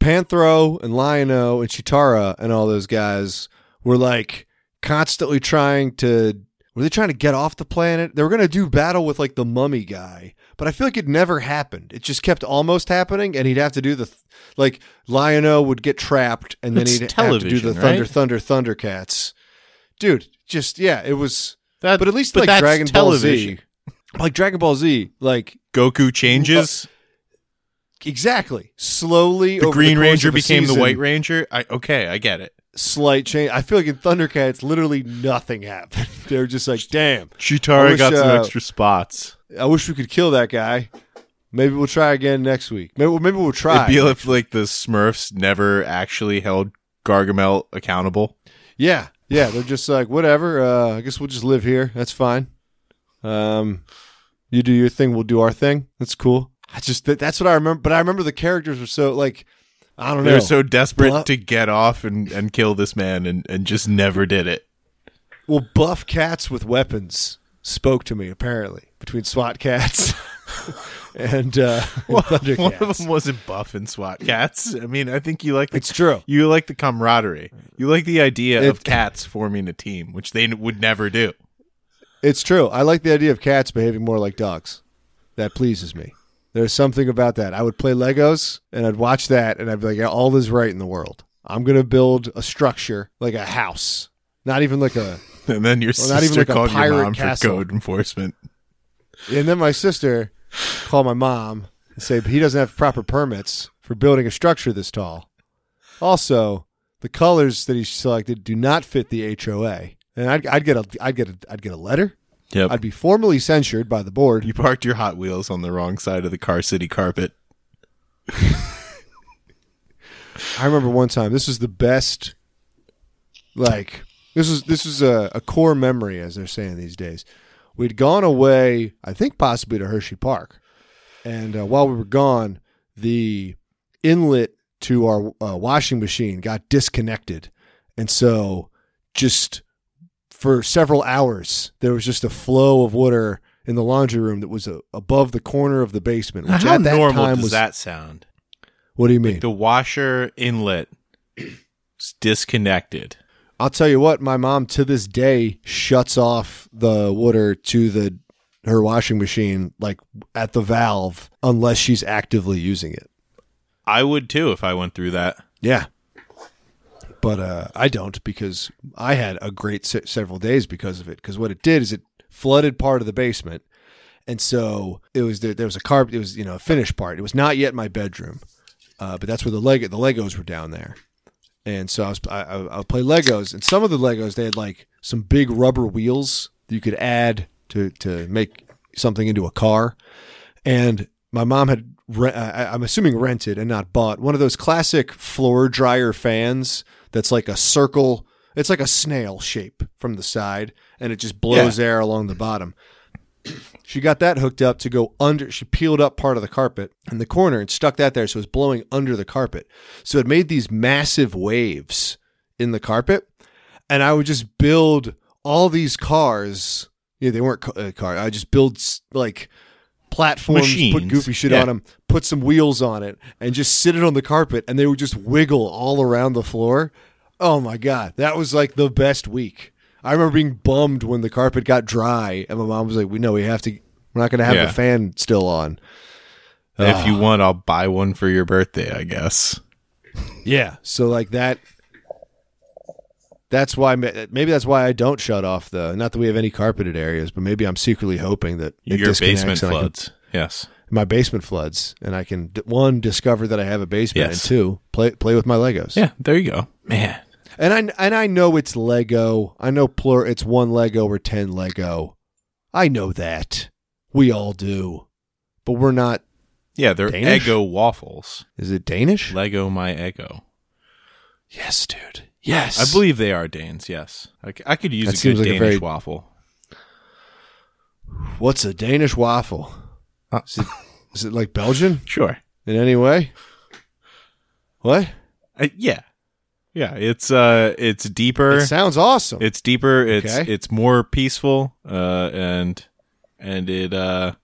Panthro and Lion-O and Chitara and all those guys were like constantly trying to. Were they trying to get off the planet? They were going to do battle with like the mummy guy, but I feel like it never happened. It just kept almost happening, and he'd have to do the th- like Lion-O would get trapped, and then It's he'd have to do television, the Thunder, right? Thunder, Thundercats. Dude, just yeah, it was. That, But at least like that's Dragon television. Ball Z, like Dragon Ball Z, like Goku changes. exactly slowly. Uh, the over Green course Ranger of a became season, the White Ranger. I okay, I get it. Slight change. I feel like in Thundercats, literally nothing happened. They're just like, damn. I Chitara wish, got some uh, extra spots. I wish we could kill that guy. Maybe we'll try again next week. Maybe, maybe we'll try. It'd be if like the Smurfs never actually held Gargamel accountable. yeah, yeah. They're just like, whatever. Uh, I guess we'll just live here. That's fine. Um, you do your thing. We'll do our thing. That's cool. I just that, that's what I remember. But I remember the characters were so like, I don't know. They were so desperate Bluff- to get off and, and kill this man and, and just never did it. Well, buff cats with weapons spoke to me apparently between SWAT cats and, uh, and Thunder One of cats. them wasn't buff and SWAT cats. I mean, I think you like the It's true. you like the camaraderie. You like the idea of It- cats forming a team, which they n- would never do. It's true. I like the idea of cats behaving more like dogs. That pleases me. There's something about that. I would play Legos and I'd watch that and I'd be like, yeah, all is right in the world. I'm going to build a structure like a house, not even like a And then your Well, not even sister like a called your pirate mom castle. for code enforcement. And then my sister called my mom and say he doesn't have proper permits for building a structure this tall. Also, the colors that he selected do not fit the HOA. And I'd, I'd get a I'd get a I'd get a letter. Yep. I'd be formally censured by the board. you parked your Hot Wheels on the wrong side of the Car City carpet. I remember one time. This is the best. Like this is this is a, a core memory, as they're saying these days. We'd gone away, I think possibly to Hershey Park, and uh, while we were gone, the inlet to our uh, washing machine got disconnected, and so just for several hours there was just a flow of water in the laundry room that was uh, above the corner of the basement. Which How at that normal time does was that sound? what do you mean? The washer inlet is disconnected. I'll tell you what, my mom to this day shuts off the water to the her washing machine like at the valve unless she's actively using it. I would too if I went through that. Yeah. But uh, I don't because I had a great se- several days because of it. Because what it did is it flooded part of the basement, and so it was there, there was a carpet. It was you know a finished part. It was not yet my bedroom, uh, but that's where the Lego the Legos were down there, and so I was I, I, I would play Legos, and some of the Legos they had like some big rubber wheels that you could add to to make something into a car, and my mom had re- I, i'm assuming rented and not bought one of those classic floor dryer fans that's like a circle it's like a snail shape from the side and it just blows air along the bottom she got that hooked up to go under she peeled up part of the carpet in the corner and stuck that there so it was blowing under the carpet so it made these massive waves in the carpet and i would just build all these cars yeah they weren't ca- uh, car i just build s- like platforms put Machines. goofy shit Yeah. on them put some wheels on it and just sit it on the carpet and they would just wiggle all around the floor oh my god that was like the best week i remember being bummed when the carpet got dry and my mom was like we know we have to we're not going to have Yeah. the fan still on If you want, I'll buy one for your birthday, I guess. Yeah. So like that. That's why maybe that's why I don't shut off the. Not that we have any carpeted areas, but maybe I'm secretly hoping that it your disconnects basement and I can- floods. Yes. my basement floods, and I can d- one discover that I have a basement, Yes. and two play play with my Legos. Yeah, there you go. Man. And I and I know it's Lego. I know plur. It's one Lego or ten Lego. I know that. We all do, but we're not. Yeah, they're Danish? Eggo waffles. Is it Danish? Lego my Eggo. Yes, dude. Yes. I believe they are Danes. Yes, I, c- I could use That a seems good like a Danish very- waffle. What's a Danish waffle? Uh. Is, it, is it like Belgian Sure. in any way? What? Uh, yeah, yeah. It's uh, it's deeper. It sounds awesome. it's deeper. It's Okay. it's more peaceful. Uh, and and it uh,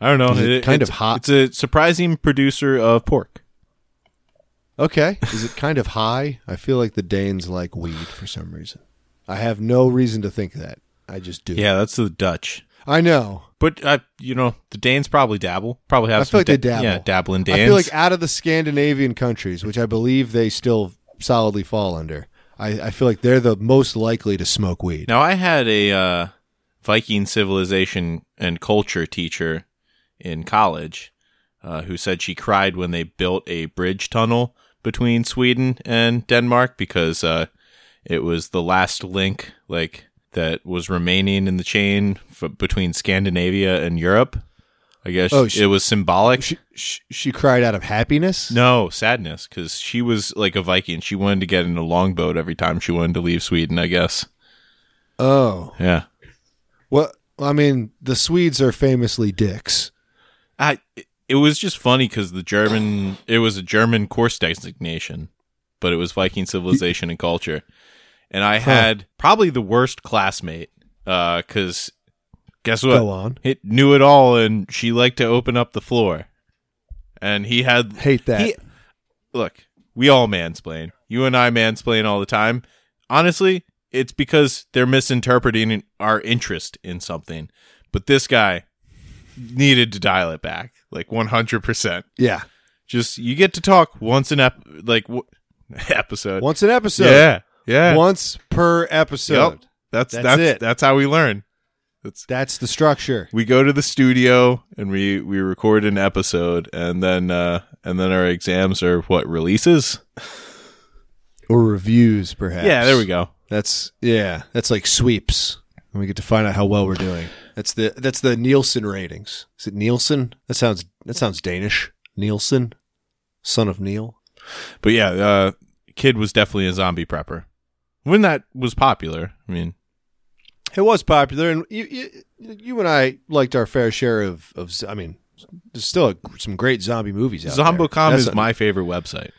I don't know. Is it kind it's- of hot? It's a surprising producer of pork. okay. Is it kind of high? I feel like the Danes like weed for some reason. I have no reason to think that. I just do. Yeah, that's the Dutch. I know. But I, you know, the Danes probably dabble. Probably have I some. feel like they da- dabble. Yeah, dabbling Danes. I feel like out of the Scandinavian countries, which I believe they still solidly fall under, I, I feel like they're the most likely to smoke weed. Now I had a uh, Viking civilization and culture teacher in college uh, who said she cried when they built a bridge tunnel between Sweden and Denmark because uh, it was the last link like that was remaining in the chain f- between Scandinavia and Europe. I guess Oh, she- it was symbolic. She, she, she cried out of happiness. no sadness because she was like a Viking. She wanted to get in a longboat every time she wanted to leave Sweden. I guess. Oh, Yeah. well, I mean, the Swedes are famously dicks. I it was just funny because the German it was a German course designation, but it was Viking civilization and culture, and I had probably the worst classmate because guess what? Go on, It knew it all, and she liked to open up the floor, and he had hate that. he- look, we all mansplain. You and I mansplain all the time. Honestly, it's because they're misinterpreting our interest in something. But this guy needed to dial it back, like 100%. yeah, Just you get to talk once an ep- like w- episode. once an episode. yeah. Yeah. once per episode. Yep. that's That's that's that's, it. how we learn. That's That's the structure. we go to the studio and we we record an episode and then uh and then our exams are what releases? Or reviews, perhaps. Yeah, there we go. That's yeah. That's like sweeps, and we get to find out how well we're doing. That's the that's the Nielsen ratings. Is it Nielsen? That sounds that sounds Danish. Nielsen, son of Neil. But yeah, uh, Kid was definitely a zombie prepper. When that was popular, I mean, It was popular, and you you, you and I liked our fair share of of. z- I mean, there's still some great zombie movies out there. Zombocom That's is not- my favorite website.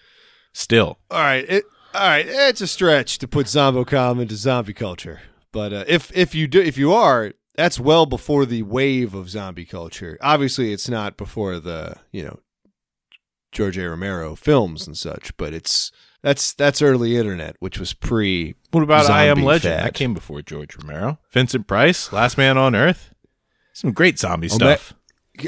Still, All right, it, all right. It's a stretch to put Zombocom into zombie culture, but uh, if if you do if you are, that's well before the wave of zombie culture. Obviously, it's not before the you know George A. Romero films and such, but it's that's that's early internet, which was pre. what about I Am Zombie Legend? fact. That came before George Romero, Vincent Price, Last Man on Earth. Some great zombie Ome- stuff.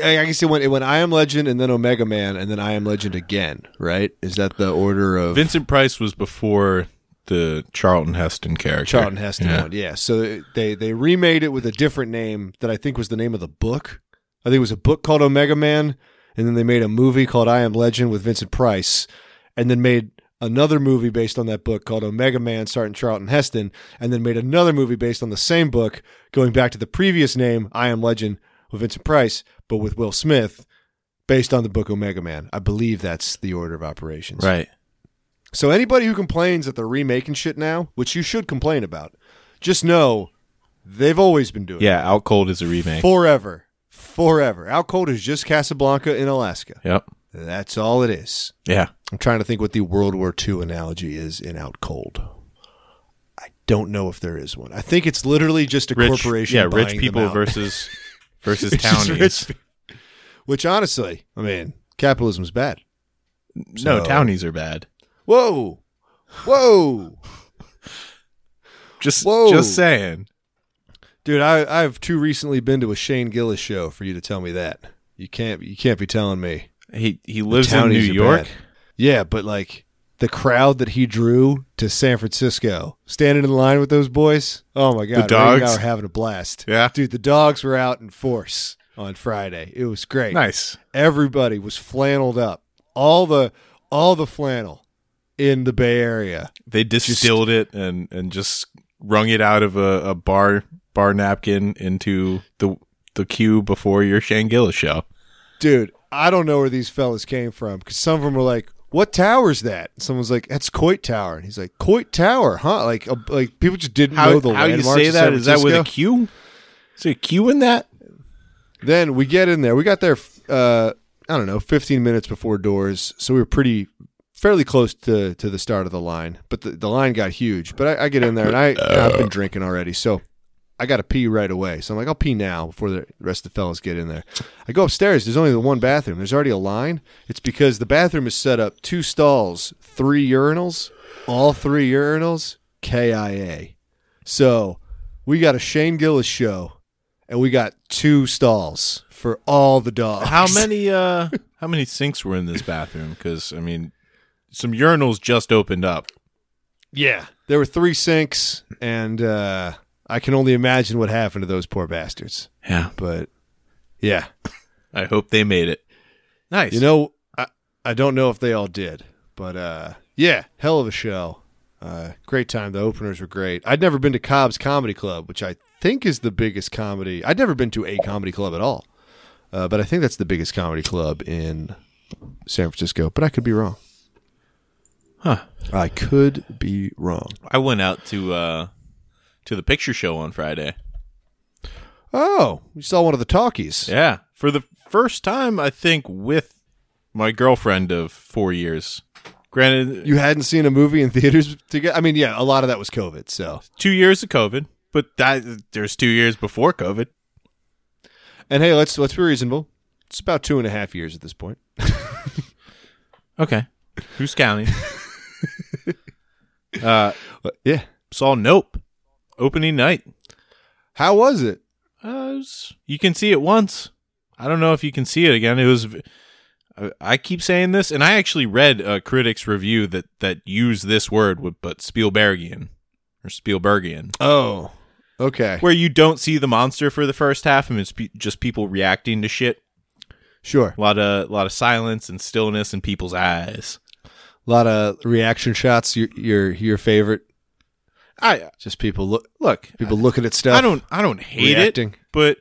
I I guess it went it went I Am Legend and then Omega Man and then I Am Legend again. Right? Is that the order of Vincent Price was before the Charlton Heston character. Charlton Heston Yeah. one. Yeah. So they they remade it with a different name that I think was the name of the book. I think it was a book called Omega Man, and then they made a movie called I Am Legend with Vincent Price, and then made another movie based on that book called Omega Man starring Charlton Heston, and then made another movie based on the same book going back to the previous name I Am Legend with Vincent Price, but with Will Smith. Based on the book Omega Man, I believe that's the order of operations. Right. So anybody who complains that they're remaking shit now, which you should complain about, just know they've always been doing Yeah, Out Cold is a it. remake. Forever. Forever. Out cold is just Casablanca in Alaska. yep. That's all it is. Yeah. I'm trying to think what the World War II analogy is in Out Cold. I don't know if there is one. I think it's literally just a Rich corporation. Yeah, buying rich them people out. versus versus It's just townies. rich pe- Which honestly, I mean, capitalism's bad. no, so- townies are bad. Whoa. Whoa. Just Whoa. just saying. Dude, I, I've too recently been to a Shane Gillis show for you to tell me that. You can't you can't be telling me. He he lives in New townies are York. bad. Yeah, but like the crowd that he drew to San Francisco, standing in line with those boys. Oh my god, The Ray and I dogs? were having a blast. Yeah. Dude, the dogs were out in force on Friday. It was great. Nice. Everybody was flanneled up. All the all the flannel in the Bay Area. They distilled it and and just wrung it out of a, a bar bar napkin into the the queue before your Shangilla show. dude, I don't know where these fellas came from because some of them were like, what tower's that? Someone's like, that's Coit Tower. And he's like, Coit Tower, huh? Like, uh, like people just didn't know How, the how you landmarks say of San that? Is that with a Francisco. Q? Is there a Q in that? Then we get in there. We got there, uh, I don't know, 15 minutes before doors. So we were pretty, fairly close to, to the start of the line. But the, the line got huge. But I, I get in there and I, I've been drinking already. So I got to pee right away. So I'm like, I'll pee now before the rest of the fellas get in there. I go upstairs. There's only the one bathroom. There's already a line. It's because the bathroom is set up two stalls, three urinals, all three urinals, KIA. So we got a Shane Gillis show and we got two stalls for all the dogs. How many uh how many sinks were in this bathroom? Because I mean, some urinals just opened up. Yeah. There were three sinks, and uh, I can only imagine what happened to those poor bastards. Yeah, But yeah, I hope they made it. Nice. you know, I, I don't know if they all did, but uh, yeah, hell of a show. Uh, great time. The openers were great. I'd never been to Cobb's Comedy Club, which I think is the biggest comedy. I'd never been to a comedy club at all, uh, but I think that's the biggest comedy club in San Francisco. But I could be wrong. Huh. I could be wrong. I went out to uh to the picture show on Friday. Oh, you saw one of the talkies. Yeah, for the first time, I think with my girlfriend of four years. Granted, you hadn't seen a movie in theaters together. I mean, yeah, a lot of that was COVID. So, two years of COVID, but that there's two years before COVID. and hey, let's let's be reasonable. It's about two and a half years at this point. Okay, who's counting? uh, But, yeah. saw Nope opening night. How was it? Uh, it was- you can see it once. I don't know if you can see it again. It was. I- I keep saying this, and I actually read a critic's review that that used this word, with- but Spielbergian or Spielbergian. Oh, okay, where you don't see the monster for the first half and it's pe- just people reacting to shit sure. a lot of lot of silence and stillness in people's eyes A lot of reaction shots. Your your your favorite? i Just people look look people looking at stuff. i don't i don't hate reacting. it but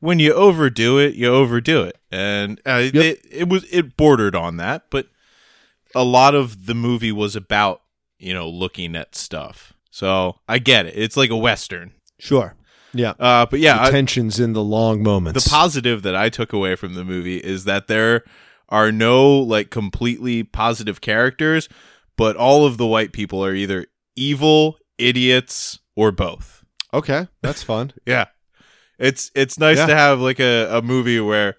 when you overdo it you overdo it and uh, it, it was it bordered on that but a lot of the movie was about you know looking at stuff so i get it it's like a western Sure. Yeah. uh but yeah I- Tensions in the long moments. the positive that I took away from the movie is that there are no like completely positive characters, but all of the white people are either evil, idiots, or both. okay, that's fun. Yeah. It's it's nice Yeah. to have like a, a movie where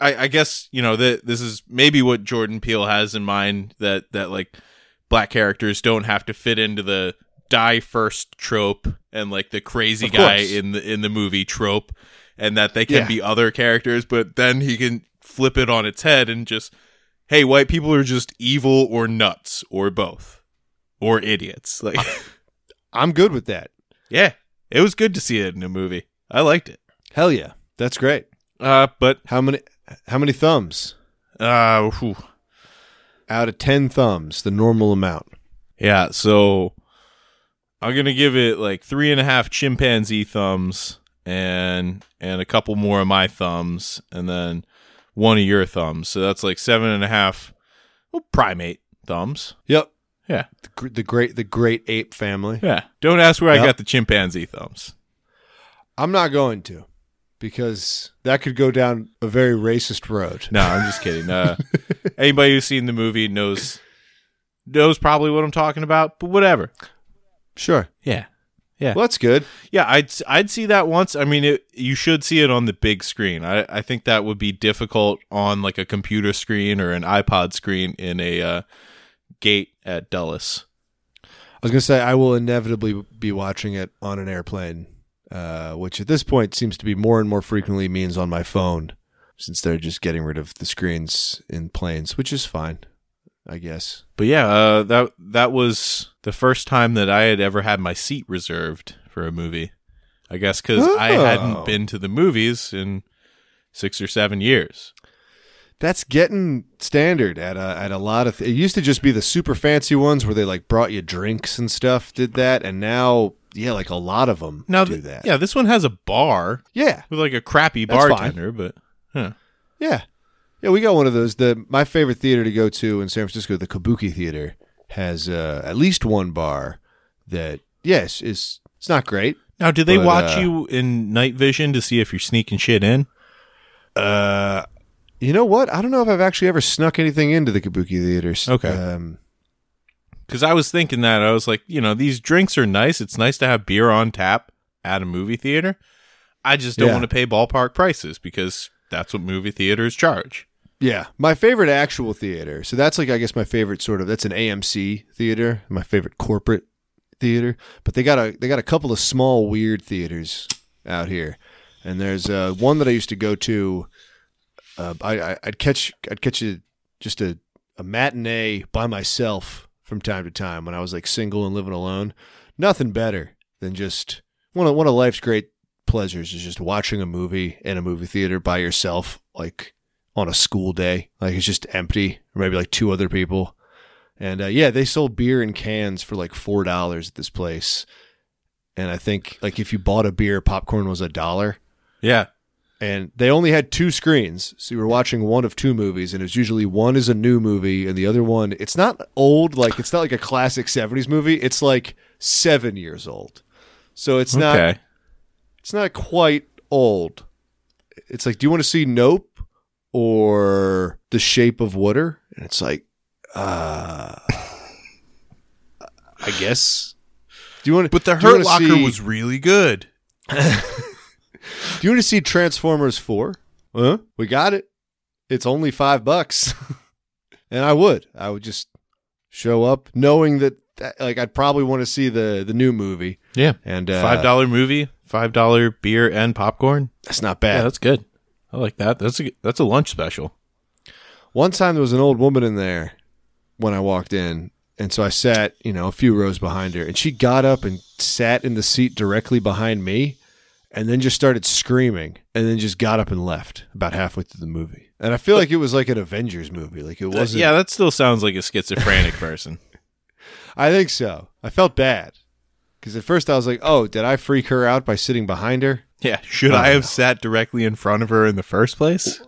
I, I guess, you know, that this is maybe what Jordan Peele has in mind that that like black characters don't have to fit into the die first trope and like the crazy Of guy course. in the in the movie trope and that they can Yeah. be other characters, but then he can flip it on its head and just hey, white people are just evil or nuts or both. Or idiots. Like I'm good with that. Yeah. It was good to see it in a movie. I liked it. Hell yeah, that's great. Uh, but How many how many thumbs? uh, whew. Out of ten thumbs, the normal amount. yeah. So I'm gonna give it like three and a half chimpanzee thumbs, and and a couple more of my thumbs, and then one of your thumbs. So that's like seven and a half well, primate thumbs. Yep. Yeah. The, gr- the great the great ape family. Yeah. Don't ask where I Yep. got the chimpanzee thumbs. I'm not going to because that could go down a very racist road. No, I'm just kidding. Uh, anybody who's seen the movie knows knows probably what I'm talking about. But whatever. Sure. Yeah. Yeah. Well, that's good. Yeah, I'd I'd see that once. I mean, it, you should see it on the big screen. I I think that would be difficult on like a computer screen or an iPod screen in a uh, gate at Dulles. I was going to say I will inevitably be watching it on an airplane, uh, which at this point seems to be more and more frequently means on my phone, since they're just getting rid of the screens in planes, which is fine, I guess. But yeah, uh, that that was the first time that I had ever had my seat reserved for a movie. I guess because I Oh. hadn't been to the movies in six or seven years. That's getting standard at a, at a lot of. Th- it used to just be the super fancy ones where they like brought you drinks and stuff, did that, and now yeah, like a lot of them Now, do th- that. yeah, this one has a bar yeah, with like a crappy That's fine. bartender, but huh. Yeah. Yeah, we got one of those. The my favorite theater to go to in San Francisco, the Kabuki Theater, has uh, at least one bar that yes is it's not great. Now, do they But, watch uh, you in night vision to see if you're sneaking shit in? Uh, you know what? I don't know if I've actually ever snuck anything into the Kabuki theaters. Okay. Um, Because I was thinking that I was like, you know, these drinks are nice. It's nice to have beer on tap at a movie theater. I just don't Yeah. want to pay ballpark prices because that's what movie theaters charge. yeah, my favorite actual theater. So that's like I guess my favorite sort of that's an AMC theater, my favorite corporate theater. But they got a they got a couple of small weird theaters out here, and there's uh, one that I used to go to. Uh, I, I I'd catch I'd catch a just a a matinee by myself from time to time when I was like single and living alone. Nothing better than just one of one of life's great pleasures is just watching a movie in a movie theater by yourself, like on a school day. Like it's just empty, or maybe like two other people. And uh, yeah, they sold beer in cans for like four dollars at this place. And I think like if you bought a beer, popcorn was a dollar Yeah. and they only had two screens so you were watching one of two movies and it's usually one is a new movie and the other one it's not old like it's not like a classic 70s movie it's like seven years old so it's not okay. it's not quite old it's like do you want to see nope or the shape of water and it's like uh i guess do you want to But the do you Hurt Locker wanna see- was really good. Do you want to see Transformers 4? Huh? We got it. It's only five bucks. and I would. I would just show up knowing that, that- like, I'd probably want to see the, the new movie. Yeah. And uh, Five dollar movie, five dollar beer and popcorn. That's not Yeah, bad. that's good. I like that. That's a that's a lunch special. One time there was an old woman in there when I walked in. And so I sat, you know, a few rows behind her. And she got up and sat in the seat directly behind me and then just started screaming and then just got up and left about halfway through the movie. And I feel like it was like an Avengers movie. Like it wasn't. yeah, that still sounds like a schizophrenic person. I think so. I felt bad because at first I was like, "Oh, did I freak her out by sitting behind her?" Yeah, Uh, should I have sat directly in front of her in the first place?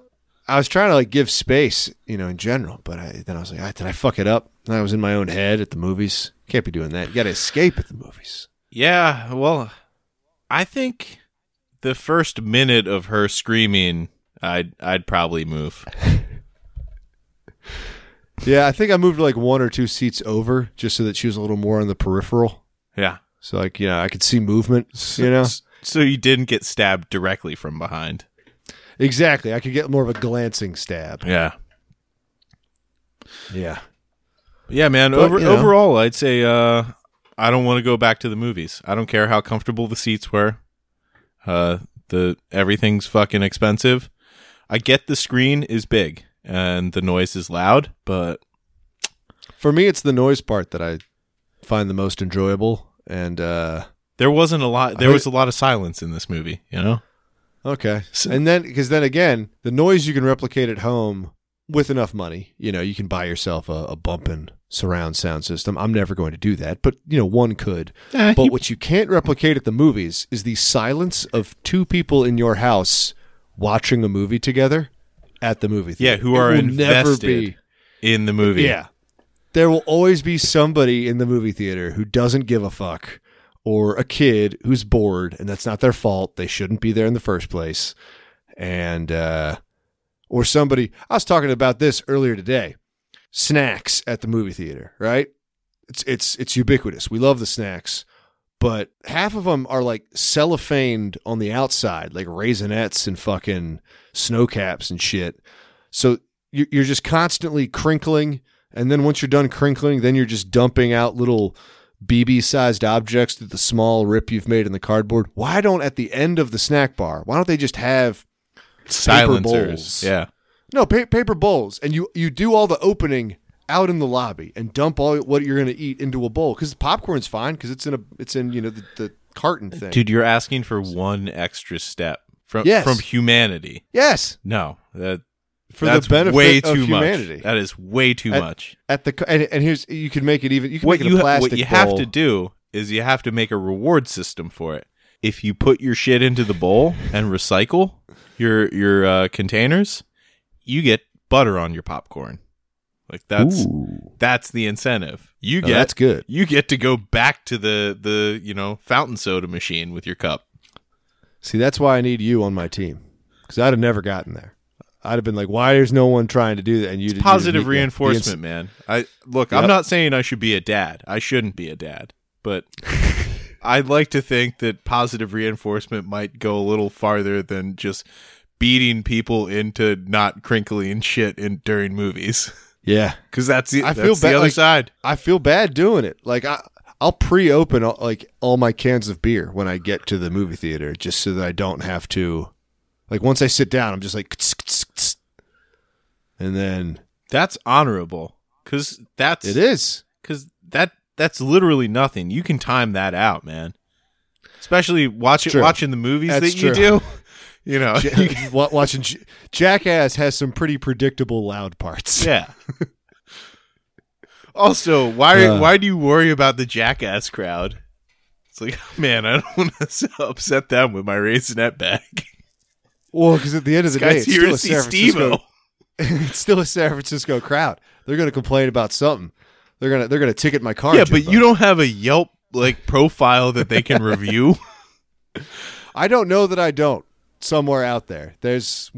I was trying to like give space, you know, in general. But I, then I was like, ah, "Did I fuck it up?" And I was in my own head at the movies. Can't be doing that. You got to escape at the movies. Yeah, well, I think the first minute of her screaming, I'd I'd probably move. Yeah, I think I moved like one or two seats over just so that she was a little more on the peripheral. Yeah, So like, yeah, I could see movement. You know, S- so you didn't get stabbed directly from behind. exactly. I could get more of a glancing stab. Yeah, Yeah. yeah, man. But, over you know. overall, I'd say uh, I don't want to go back to the movies. I don't care how comfortable the seats were. Uh, the everything's fucking expensive. I get the screen is big and the noise is loud, but For me, it's the noise part that I find the most enjoyable. And uh, there wasn't a lot. There heard- was a lot of silence in this movie. You know. Okay. So- and then, because then again, the noise you can replicate at home with enough money, you know, you can buy yourself a, a bumping surround sound system. I'm never going to do that, but, you know, one could. Eh, But you- what you can't replicate at the movies is the silence of two people in your house watching a movie together at the movie Yeah, theater. who It are will invested in the movie. yeah. There will always be somebody in the movie theater who doesn't give a fuck or a kid who's bored and that's not their fault. They shouldn't be there in the first place. And uh or somebody I was talking about this earlier today. Snacks at the movie theater, right? It's it's it's ubiquitous. We love the snacks, but half of them are like cellophaned on the outside, like raisinettes and fucking snow caps and shit. So you- you're just constantly crinkling and then once you're done crinkling then you're just dumping out little bb sized objects through the small rip you've made in the cardboard why don't at the end of the snack bar why don't they just have Silencers. bowls. Yeah. no pa- paper bowls and you you do all the opening out in the lobby and dump all what you're going to eat into a bowl because popcorn's fine because it's in a it's in you know the, the carton thing Dude, you're asking for one extra step from Yes. from humanity. yes No. That for that's the benefit way of too humanity much. That is way too At- much. at the and, and here's you can make it even you can What make it you a ha- plastic what you have bowl. to do is you have to make a reward system for it. If you put your shit into the bowl and recycle your your uh, containers, you get butter on your popcorn. Like that's Ooh. that's the incentive. You Oh, get that's good. you get to go back to the the you know fountain soda machine with your cup. See, that's why I need you on my team because I'd have never gotten there. I'd have been like, "Why is no one trying to do that?" And you It's positive reinforcement, reinforcement. man. I look. Yep. I'm not saying I should be a dad. I shouldn't be a dad, but I'd like to think that positive reinforcement might go a little farther than just beating people into not crinkling shit in during movies yeah, because that's the I that's feel the bad, other like- side. I feel bad doing it. Like I, I'll pre-open all, like all my cans of beer when I get to the movie theater, just so that I don't have to. Like once I sit down, I'm just like, "Tsk, tsk, tsk." and then That's honorable because that's it is. because that that's literally nothing. You can time that out, man. Especially watch it, True. watching the movies That's that you do. true. You know, you- Ja- wa- watching J- Jackass has some pretty predictable loud parts. yeah. Also, why Uh. why do you worry about the jackass crowd? It's like, man, I don't want to upset them with my raisinette bag. Well, because at the end of the day, Guys, it's here still to a see San Francisco Steve-O. it's still a San Francisco crowd. They're going to complain about something. They're gonna they're gonna ticket my car. Yeah, Jimbo. but you don't have a Yelp like profile that they can review. I don't know that I don't. Somewhere out there, there's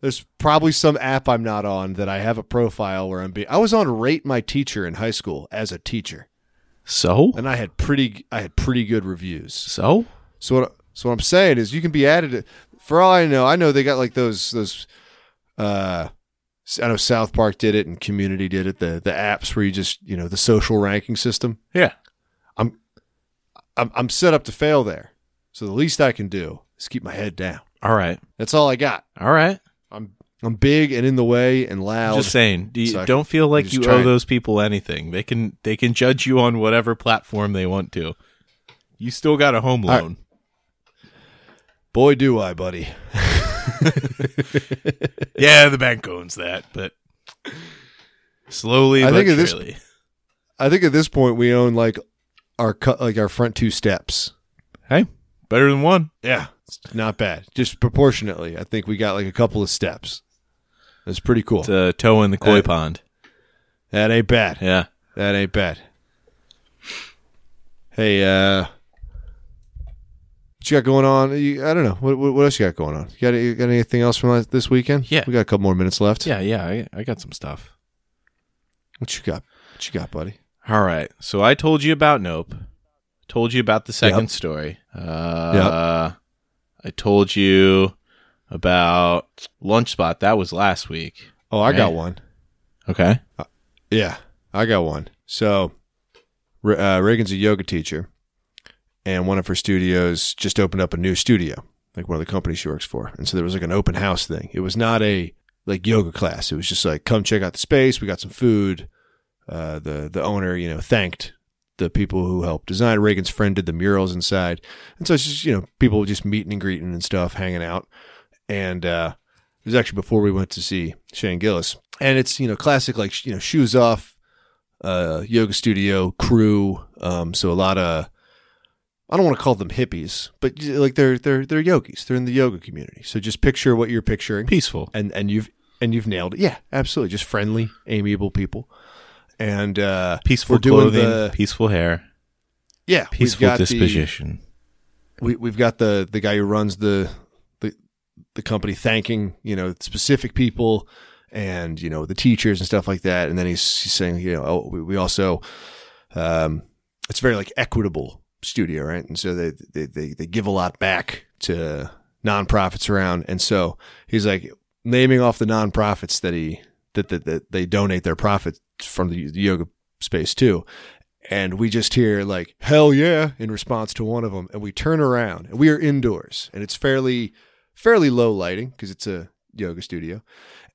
there's probably some app I'm not on that I have a profile where I'm being. I was on Rate My Teacher in high school as a teacher, So, and I had pretty I had pretty good reviews. so So what, so what I'm saying is you can be added. to- For all I know, I know they got like those those. Uh, I know South Park did it and Community did it. The the apps where you just you know the social ranking system. yeah, I'm I'm set up to fail there. So the least I can do is keep my head down. all right, That's all I got. all right. I'm I'm big and in the way and loud. Just saying, do you, So I- don't feel I'm like just you owe trying. those people anything. They can they can judge you on whatever platform they want to. You still got a home right. loan. Boy, do I, buddy. Yeah, the bank owns that, but slowly I but think at this- surely. I think at this point we own like our cut like our front two steps. hey, better than one. Yeah, it's not bad. Just proportionately, I think we got like a couple of steps. That's pretty cool. It's a toe in the koi Uh, pond. That ain't bad. Yeah. That ain't bad. Hey, uh, what you got going on? You, I don't know. What, what, what else you got going on? You got, you got anything else from last, this weekend? Yeah. we got a couple more minutes left. Yeah, yeah, I, I got some stuff. what you got? What you got, buddy? All right. So I told you about Nope. Told you about the second story. Uh, I told you about Lunch Spot. That was last week. Oh, I got Hey. one. Okay. Yeah, I got one. So, Re- uh, Reagan's a yoga teacher, and one of her studios just opened up a new studio, like one of the companies she works for. And so there was like an open house thing. It was not a like yoga class. It was just like come check out the space. We got some food. Uh, the the owner, you know, thanked the people who helped design. Reagan's friend did the murals inside, and so it's just you know people just meeting and greeting and stuff, hanging out. And uh, it was actually before we went to see Shane Gillis, and it's you know classic like you know shoes off, uh, yoga studio crew. Um, so a lot of I don't want to call them hippies, but y- like they're they're they're yogis. They're in the yoga community. So just picture what you're picturing, Peaceful. and and you've and you've nailed it. Yeah, absolutely. Just friendly, amiable people, and uh, Peaceful We're doing clothing, the- peaceful hair, yeah, we've peaceful got the- disposition. we, we've got the the guy who runs the the the company thanking you know specific people and you know the teachers and stuff like that and then he's, he's saying you know oh, we, we also um it's very like equitable studio right and so they, they they they give a lot back to nonprofits around and so he's like naming off the nonprofits that he that that, that they donate their profits from the yoga space too and we just hear like hell yeah in response to one of them and we turn around and we are indoors and it's fairly fairly low lighting because it's a yoga studio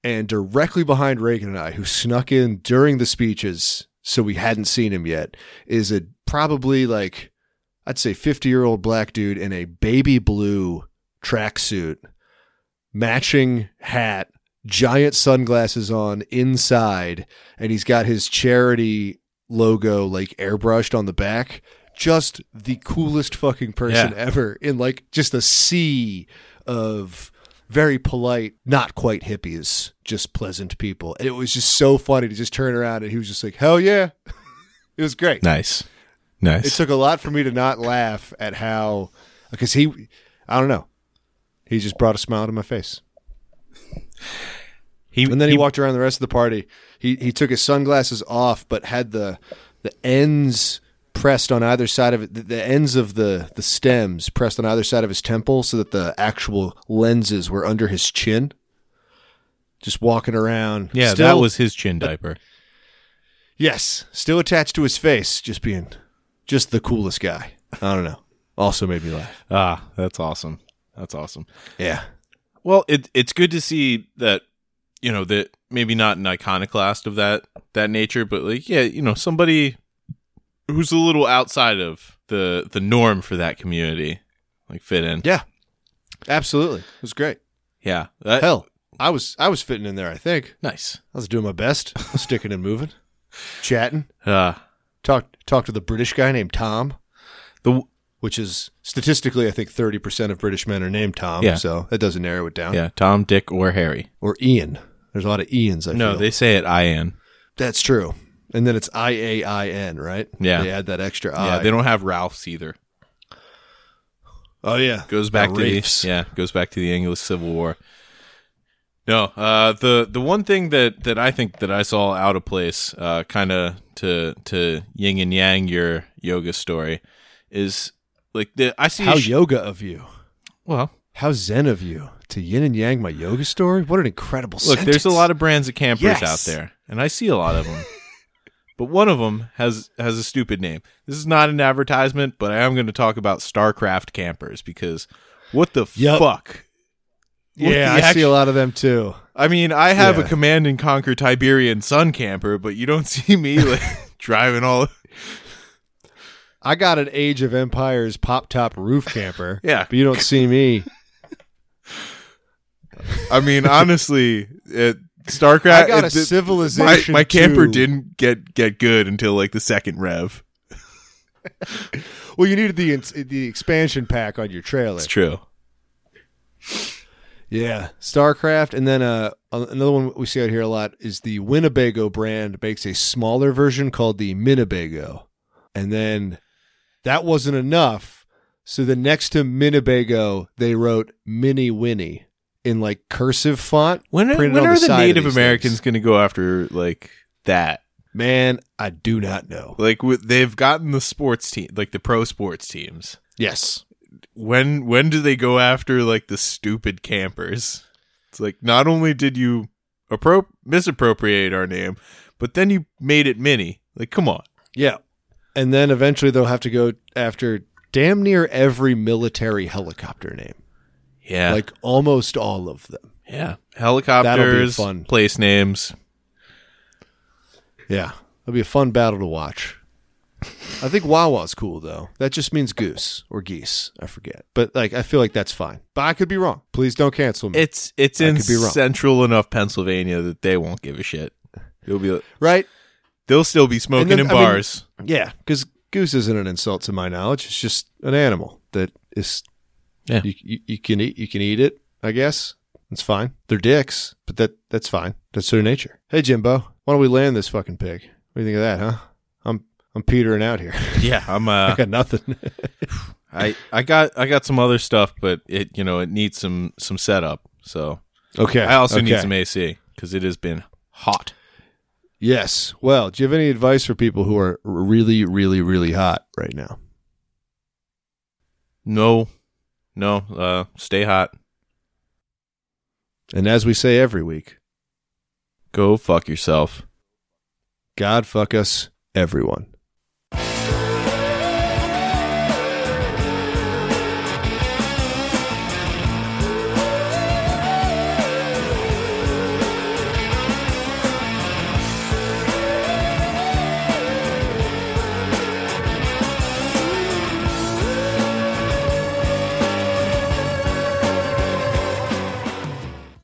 and directly behind reagan and i who snuck in during the speeches so we hadn't seen him yet is a probably like i'd say 50 year old black dude in a baby blue tracksuit matching hat giant sunglasses on inside and he's got his charity logo like airbrushed on the back. Just the coolest fucking person Yeah. ever in like just a sea of very polite, not quite hippies, just pleasant people. And it was just so funny to just turn around and he was just like, hell yeah. it was great. Nice. Nice. It took a lot for me to not laugh at how, because he, I don't know, he just brought a smile to my face. he, And then he, walked around the rest of the party. He he took his sunglasses off, but had the the ends pressed on either side of it, the, the ends of the the stems pressed on either side of his temple, so that the actual lenses were under his chin. Just walking around. Yeah, Still- that was his chin diaper. yes, still attached to his face, just being just the coolest guy. I don't know. Also made me laugh. Ah, that's awesome. That's awesome. Yeah. Well, it it's good to see that you know that maybe not an iconoclast of that that nature, but like yeah, you know somebody who's a little outside of the the norm for that community, like fit in. Yeah. Absolutely. It was great. Yeah, that- Hell, I was I was fitting in there, I think. nice. I was doing my best, sticking and moving, chatting. Uh, Talked talked to the British guy named Tom, the which is statistically I think thirty percent of British men are named Tom. Yeah. So that doesn't narrow it down. yeah, Tom, Dick, or Harry. Or Ian. There's a lot of Ians. I No, feel. they say it Ian. that's true. And then it's I A I N, right? Yeah. They add that extra I. Yeah, they don't have Ralphs either. oh yeah. goes back to Rafes. the yeah goes back to the English Civil War. No, uh, the the one thing that that I think that I saw out of place, uh, kind of to to yin and yang your yoga story, is like the I see How sh- yoga of you. well. How zen of you. To yin and yang, my yoga story. What an incredible Look, there's a lot of brands of campers Yes. out there, and I see a lot of them. but one of them has has a stupid name. This is not an advertisement, but I am going to talk about Starcraft campers because what the Yup. fuck Look, the yeah, I see action- a lot of them too. I mean, I have a Yeah. Command and Conquer Tiberian Sun camper, but you don't see me like driving all. I got an Age of Empires pop top roof camper. Yeah. But you don't see me. I mean, honestly, it, Starcraft. I got a it- th- my, civilization. my camper 2. didn't get get good until like the second rev. Well, you needed the ins- the expansion pack on your trailer. It's true. Yeah, StarCraft, and then uh, another one we see out here a lot is the Winnebago brand makes a smaller version called the Minnebago, and then that wasn't enough. So the next to Minnebago, they wrote Mini Winnie in like cursive font. When are, printed when on are the the, side of Native these Americans things. going to go after like that? Man, I do not know. Like w- they've gotten the sports team, like the pro sports teams. Yes, When when do they go after like the stupid campers? It's like not only did you appro- misappropriate our name, but then you made it mini. Like, come on. yeah, and then eventually they'll have to go after damn near every military helicopter name, Yeah. like almost all of them. yeah. Helicopters, fun. place names. Yeah, it'll be a fun battle to watch. I think Wawa's cool though. That just means goose or geese. I forget, but like I feel like that's fine. But I could be wrong. Please don't cancel me. It's it's I in could be wrong. central enough Pennsylvania that they won't give a shit. They'll be right? they'll still be smoking then, in I mean- bars. Yeah, because goose isn't an insult to my knowledge. It's just an animal that is. Yeah. You, you, you can eat. You can eat it. I guess it's fine. They're dicks, but that that's fine. That's their nature. Hey Jimbo, why don't we land this fucking pig? What do you think of that, huh? I'm I'm petering out here. yeah, I'm I uh got nothing. I I got I got some other stuff, but it you know, it needs some some setup. So okay. I also need okay. some AC cuz it has been hot. Yes. Well, do you have any advice for people who are really, really, really hot right now? No. No, uh stay hot. And as we say every week, Go fuck yourself. God fuck us, everyone.